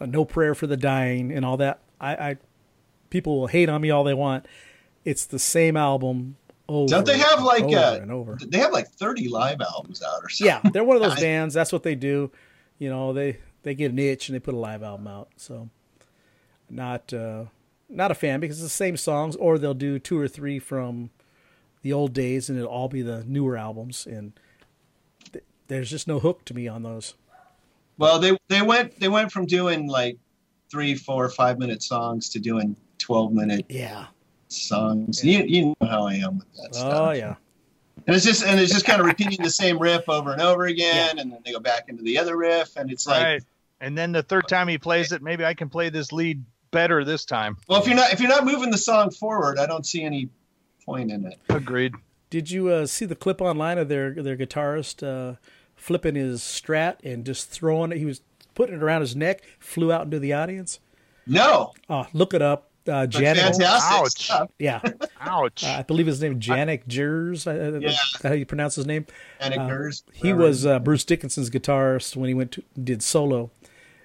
Speaker 3: Uh, no Prayer for the Dying and all that. I, I People will hate on me all they want. It's the same album over
Speaker 2: Don't they have
Speaker 3: and
Speaker 2: like
Speaker 3: over
Speaker 2: uh,
Speaker 3: and over.
Speaker 2: They have like thirty live albums out or something.
Speaker 3: Yeah, they're one of those
Speaker 2: I-
Speaker 3: bands. That's what they do. You know, they they get an itch and they put a live album out. So, not uh, not a fan because it's the same songs, or they'll do two or three from the old days, and it'll all be the newer albums. And th- there's just no hook to me on those.
Speaker 2: Well, they they went they went from doing like three, four, five minute songs to doing twelve minute
Speaker 3: Yeah.
Speaker 2: songs. You you know how I am with that stuff.
Speaker 3: Oh yeah.
Speaker 2: And it's just and it's just kind of repeating the same riff over and over again, and then they go back into the other riff, and it's like,
Speaker 4: Right. And then the third time he plays it, maybe I can play this lead better this time.
Speaker 2: well, if you're not if you're not moving the song forward, I don't see any point in it.
Speaker 4: Agreed.
Speaker 3: Did you uh, see the clip online of their their guitarist uh, flipping his Strat and just throwing it? He was putting it around his neck, flew out into the audience.
Speaker 2: No,
Speaker 3: Oh, look it up. Uh, Janet.
Speaker 2: fantastic
Speaker 4: ouch.
Speaker 2: stuff.
Speaker 3: Yeah.
Speaker 4: Ouch.
Speaker 3: Uh, I believe his name Janek Jers. uh, I- I- that's
Speaker 2: Yeah.
Speaker 3: how you pronounce his name.
Speaker 2: And it
Speaker 3: Uh,
Speaker 2: occurs
Speaker 3: He
Speaker 2: wherever.
Speaker 3: was uh, Bruce Dickinson's guitarist when he went to, did solo,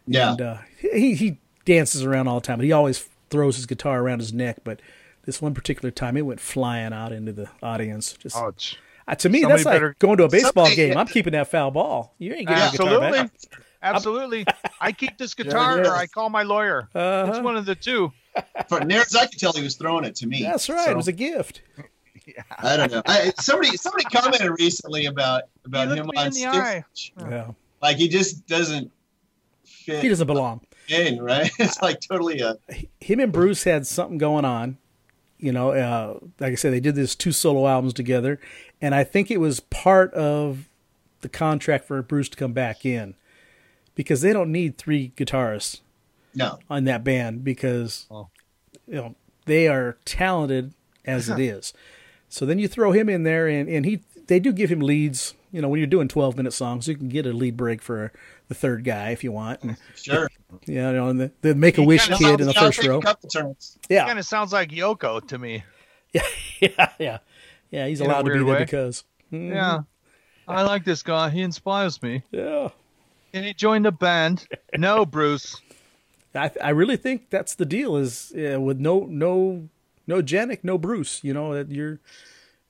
Speaker 2: yeah.
Speaker 3: and uh, he he dances around all the time. But he always throws his guitar around his neck. But this one particular time, it went flying out into the audience. Just
Speaker 4: Ouch.
Speaker 3: uh, to me,
Speaker 4: Oh, Somebody
Speaker 3: that's like
Speaker 4: better-
Speaker 3: going to a baseball
Speaker 2: Somebody-
Speaker 3: game. I'm keeping that foul ball. You ain't getting your guitar
Speaker 4: Absolutely.
Speaker 3: back.
Speaker 4: Absolutely. I keep this guitar
Speaker 2: it is.
Speaker 4: or I call my lawyer.
Speaker 3: Uh-huh.
Speaker 4: It's one of the two.
Speaker 2: For near as I could tell, he was throwing it to me.
Speaker 3: That's right. It was a gift.
Speaker 2: I don't know. I, somebody somebody commented recently about about
Speaker 4: looked
Speaker 2: him
Speaker 4: me
Speaker 2: on
Speaker 4: in the
Speaker 2: stage.
Speaker 4: eye.
Speaker 3: Yeah.
Speaker 2: Like he just doesn't fit
Speaker 3: He doesn't belong.
Speaker 2: in, right? It's like totally a
Speaker 3: him and Bruce had something going on. You know, uh, like I said, they did this two solo albums together, and I think it was part of the contract for Bruce to come back in because they don't need three guitarists
Speaker 2: no.
Speaker 3: on that band because you know they are talented as it is. So then you throw him in there, and and he they do give him leads. You know, when you're doing 12 minute songs, you can get a lead break for the third guy if you want. And,
Speaker 2: Sure.
Speaker 3: you know, and the, the Make a Wish
Speaker 4: kinda
Speaker 3: kid in the
Speaker 2: I'll
Speaker 3: first
Speaker 2: take a
Speaker 3: row.
Speaker 2: couple turns.
Speaker 3: Yeah.
Speaker 4: Kind of sounds like Yoko to me.
Speaker 3: yeah, yeah, yeah. He's
Speaker 4: a
Speaker 3: allowed to be
Speaker 4: weird
Speaker 3: there
Speaker 4: way.
Speaker 3: because
Speaker 4: Yeah. I like this guy. He inspires me.
Speaker 3: yeah.
Speaker 4: Can he join the band? No, Bruce.
Speaker 3: I I really think that's the deal is uh, with no no no Janik, no Bruce. You know that you're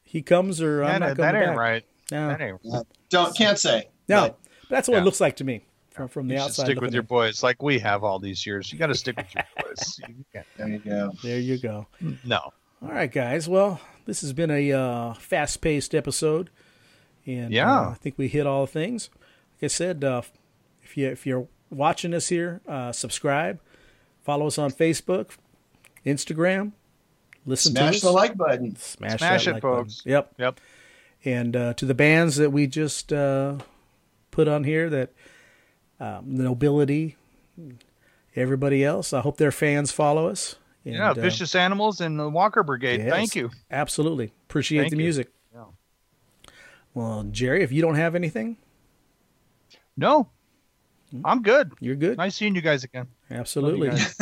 Speaker 3: he comes or I'm
Speaker 4: That,
Speaker 3: not
Speaker 4: that
Speaker 3: coming
Speaker 4: ain't
Speaker 3: back.
Speaker 4: right.
Speaker 3: No,
Speaker 4: That ain't right.
Speaker 2: Uh, Don't can't say.
Speaker 3: no.
Speaker 2: But
Speaker 3: that's what
Speaker 4: Yeah.
Speaker 3: it looks like to me from from the
Speaker 4: You should
Speaker 3: outside.
Speaker 4: stick with
Speaker 3: looking
Speaker 4: your
Speaker 3: in.
Speaker 4: boys like we have all these years. You got to stick with your boys. You can't-
Speaker 2: there you go.
Speaker 3: There you go.
Speaker 4: No.
Speaker 3: All right, guys. Well, this has been a uh, fast-paced episode, and
Speaker 4: Yeah.
Speaker 3: uh, I think we hit all the things. Like I said, uh, if you if you're watching us here, uh, subscribe, follow us on Facebook, Instagram, listen
Speaker 2: Smash
Speaker 3: to
Speaker 2: the
Speaker 3: us,
Speaker 2: like button.
Speaker 3: smash,
Speaker 4: Smash
Speaker 3: that
Speaker 4: it,
Speaker 3: like button.
Speaker 4: folks.
Speaker 3: Yep,
Speaker 4: Yep.
Speaker 3: And uh, to the bands that we just uh, put on here, that um, the nobility, everybody else, I hope their fans follow us. And,
Speaker 4: yeah,
Speaker 3: uh,
Speaker 4: Vicious Animals and the Walker Brigade.
Speaker 3: yes,
Speaker 4: Thank you.
Speaker 3: Absolutely. Appreciate
Speaker 4: Thank
Speaker 3: the
Speaker 4: you.
Speaker 3: music.
Speaker 4: Yeah.
Speaker 3: Well, Jerry, if you don't have anything,
Speaker 4: No, I'm good.
Speaker 3: you're Hmm? good.
Speaker 4: Nice seeing you guys again. Love you
Speaker 3: Absolutely.
Speaker 4: guys.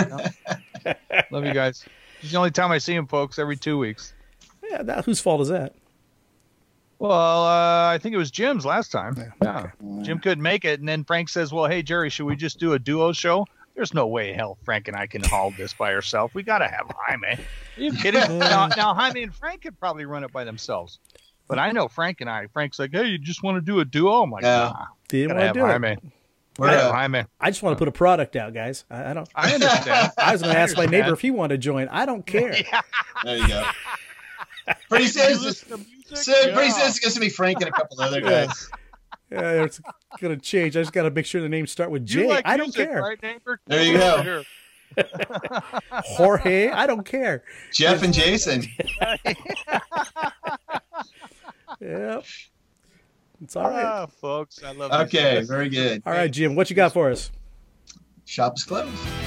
Speaker 4: Yeah. Love you guys. It's the only time I see him, folks, every two weeks.
Speaker 3: Yeah, that, whose fault is that?
Speaker 4: Well, uh, I think it was Jim's last time. Yeah. Jim couldn't make it. And then Frank says, Well, hey, Jerry, should we just do a duo show? There's no way in hell Frank and I can haul this by ourselves. We got to have Jaime. Are you kidding? now, now, Jaime and Frank could probably run it by themselves. But I know Frank and I. Frank's like, Hey, you just want to do a duo? I'm like,
Speaker 2: Yeah.
Speaker 4: nah,
Speaker 3: Didn't
Speaker 4: gotta
Speaker 3: want
Speaker 4: have
Speaker 3: to do it.
Speaker 4: Jaime.
Speaker 2: We're,
Speaker 4: Gotta have
Speaker 2: uh,
Speaker 4: Jaime.
Speaker 3: I just want to put a product out, guys. I, I don't.
Speaker 4: I understand.
Speaker 3: I was going to ask my neighbor
Speaker 4: understand.
Speaker 3: if he wanted to join. I don't care.
Speaker 2: there you go. Pretty soon, this- soon- pretty soon it's going to be Frank and a couple other guys.
Speaker 3: Yeah, it's going to change. I just got to make sure the names start with
Speaker 4: You
Speaker 3: J.
Speaker 4: like
Speaker 3: I don't
Speaker 4: music,
Speaker 3: care.
Speaker 4: right, neighbor?
Speaker 2: There you go.
Speaker 4: Sure.
Speaker 3: Jorge, I don't care.
Speaker 2: Jeff and Jason.
Speaker 3: Yep. It's all right.
Speaker 4: Oh. Ah, folks, I love. these
Speaker 2: Okay,
Speaker 4: guys.
Speaker 2: very good.
Speaker 3: All right, Jim, what you got for us?
Speaker 2: Shop's closed.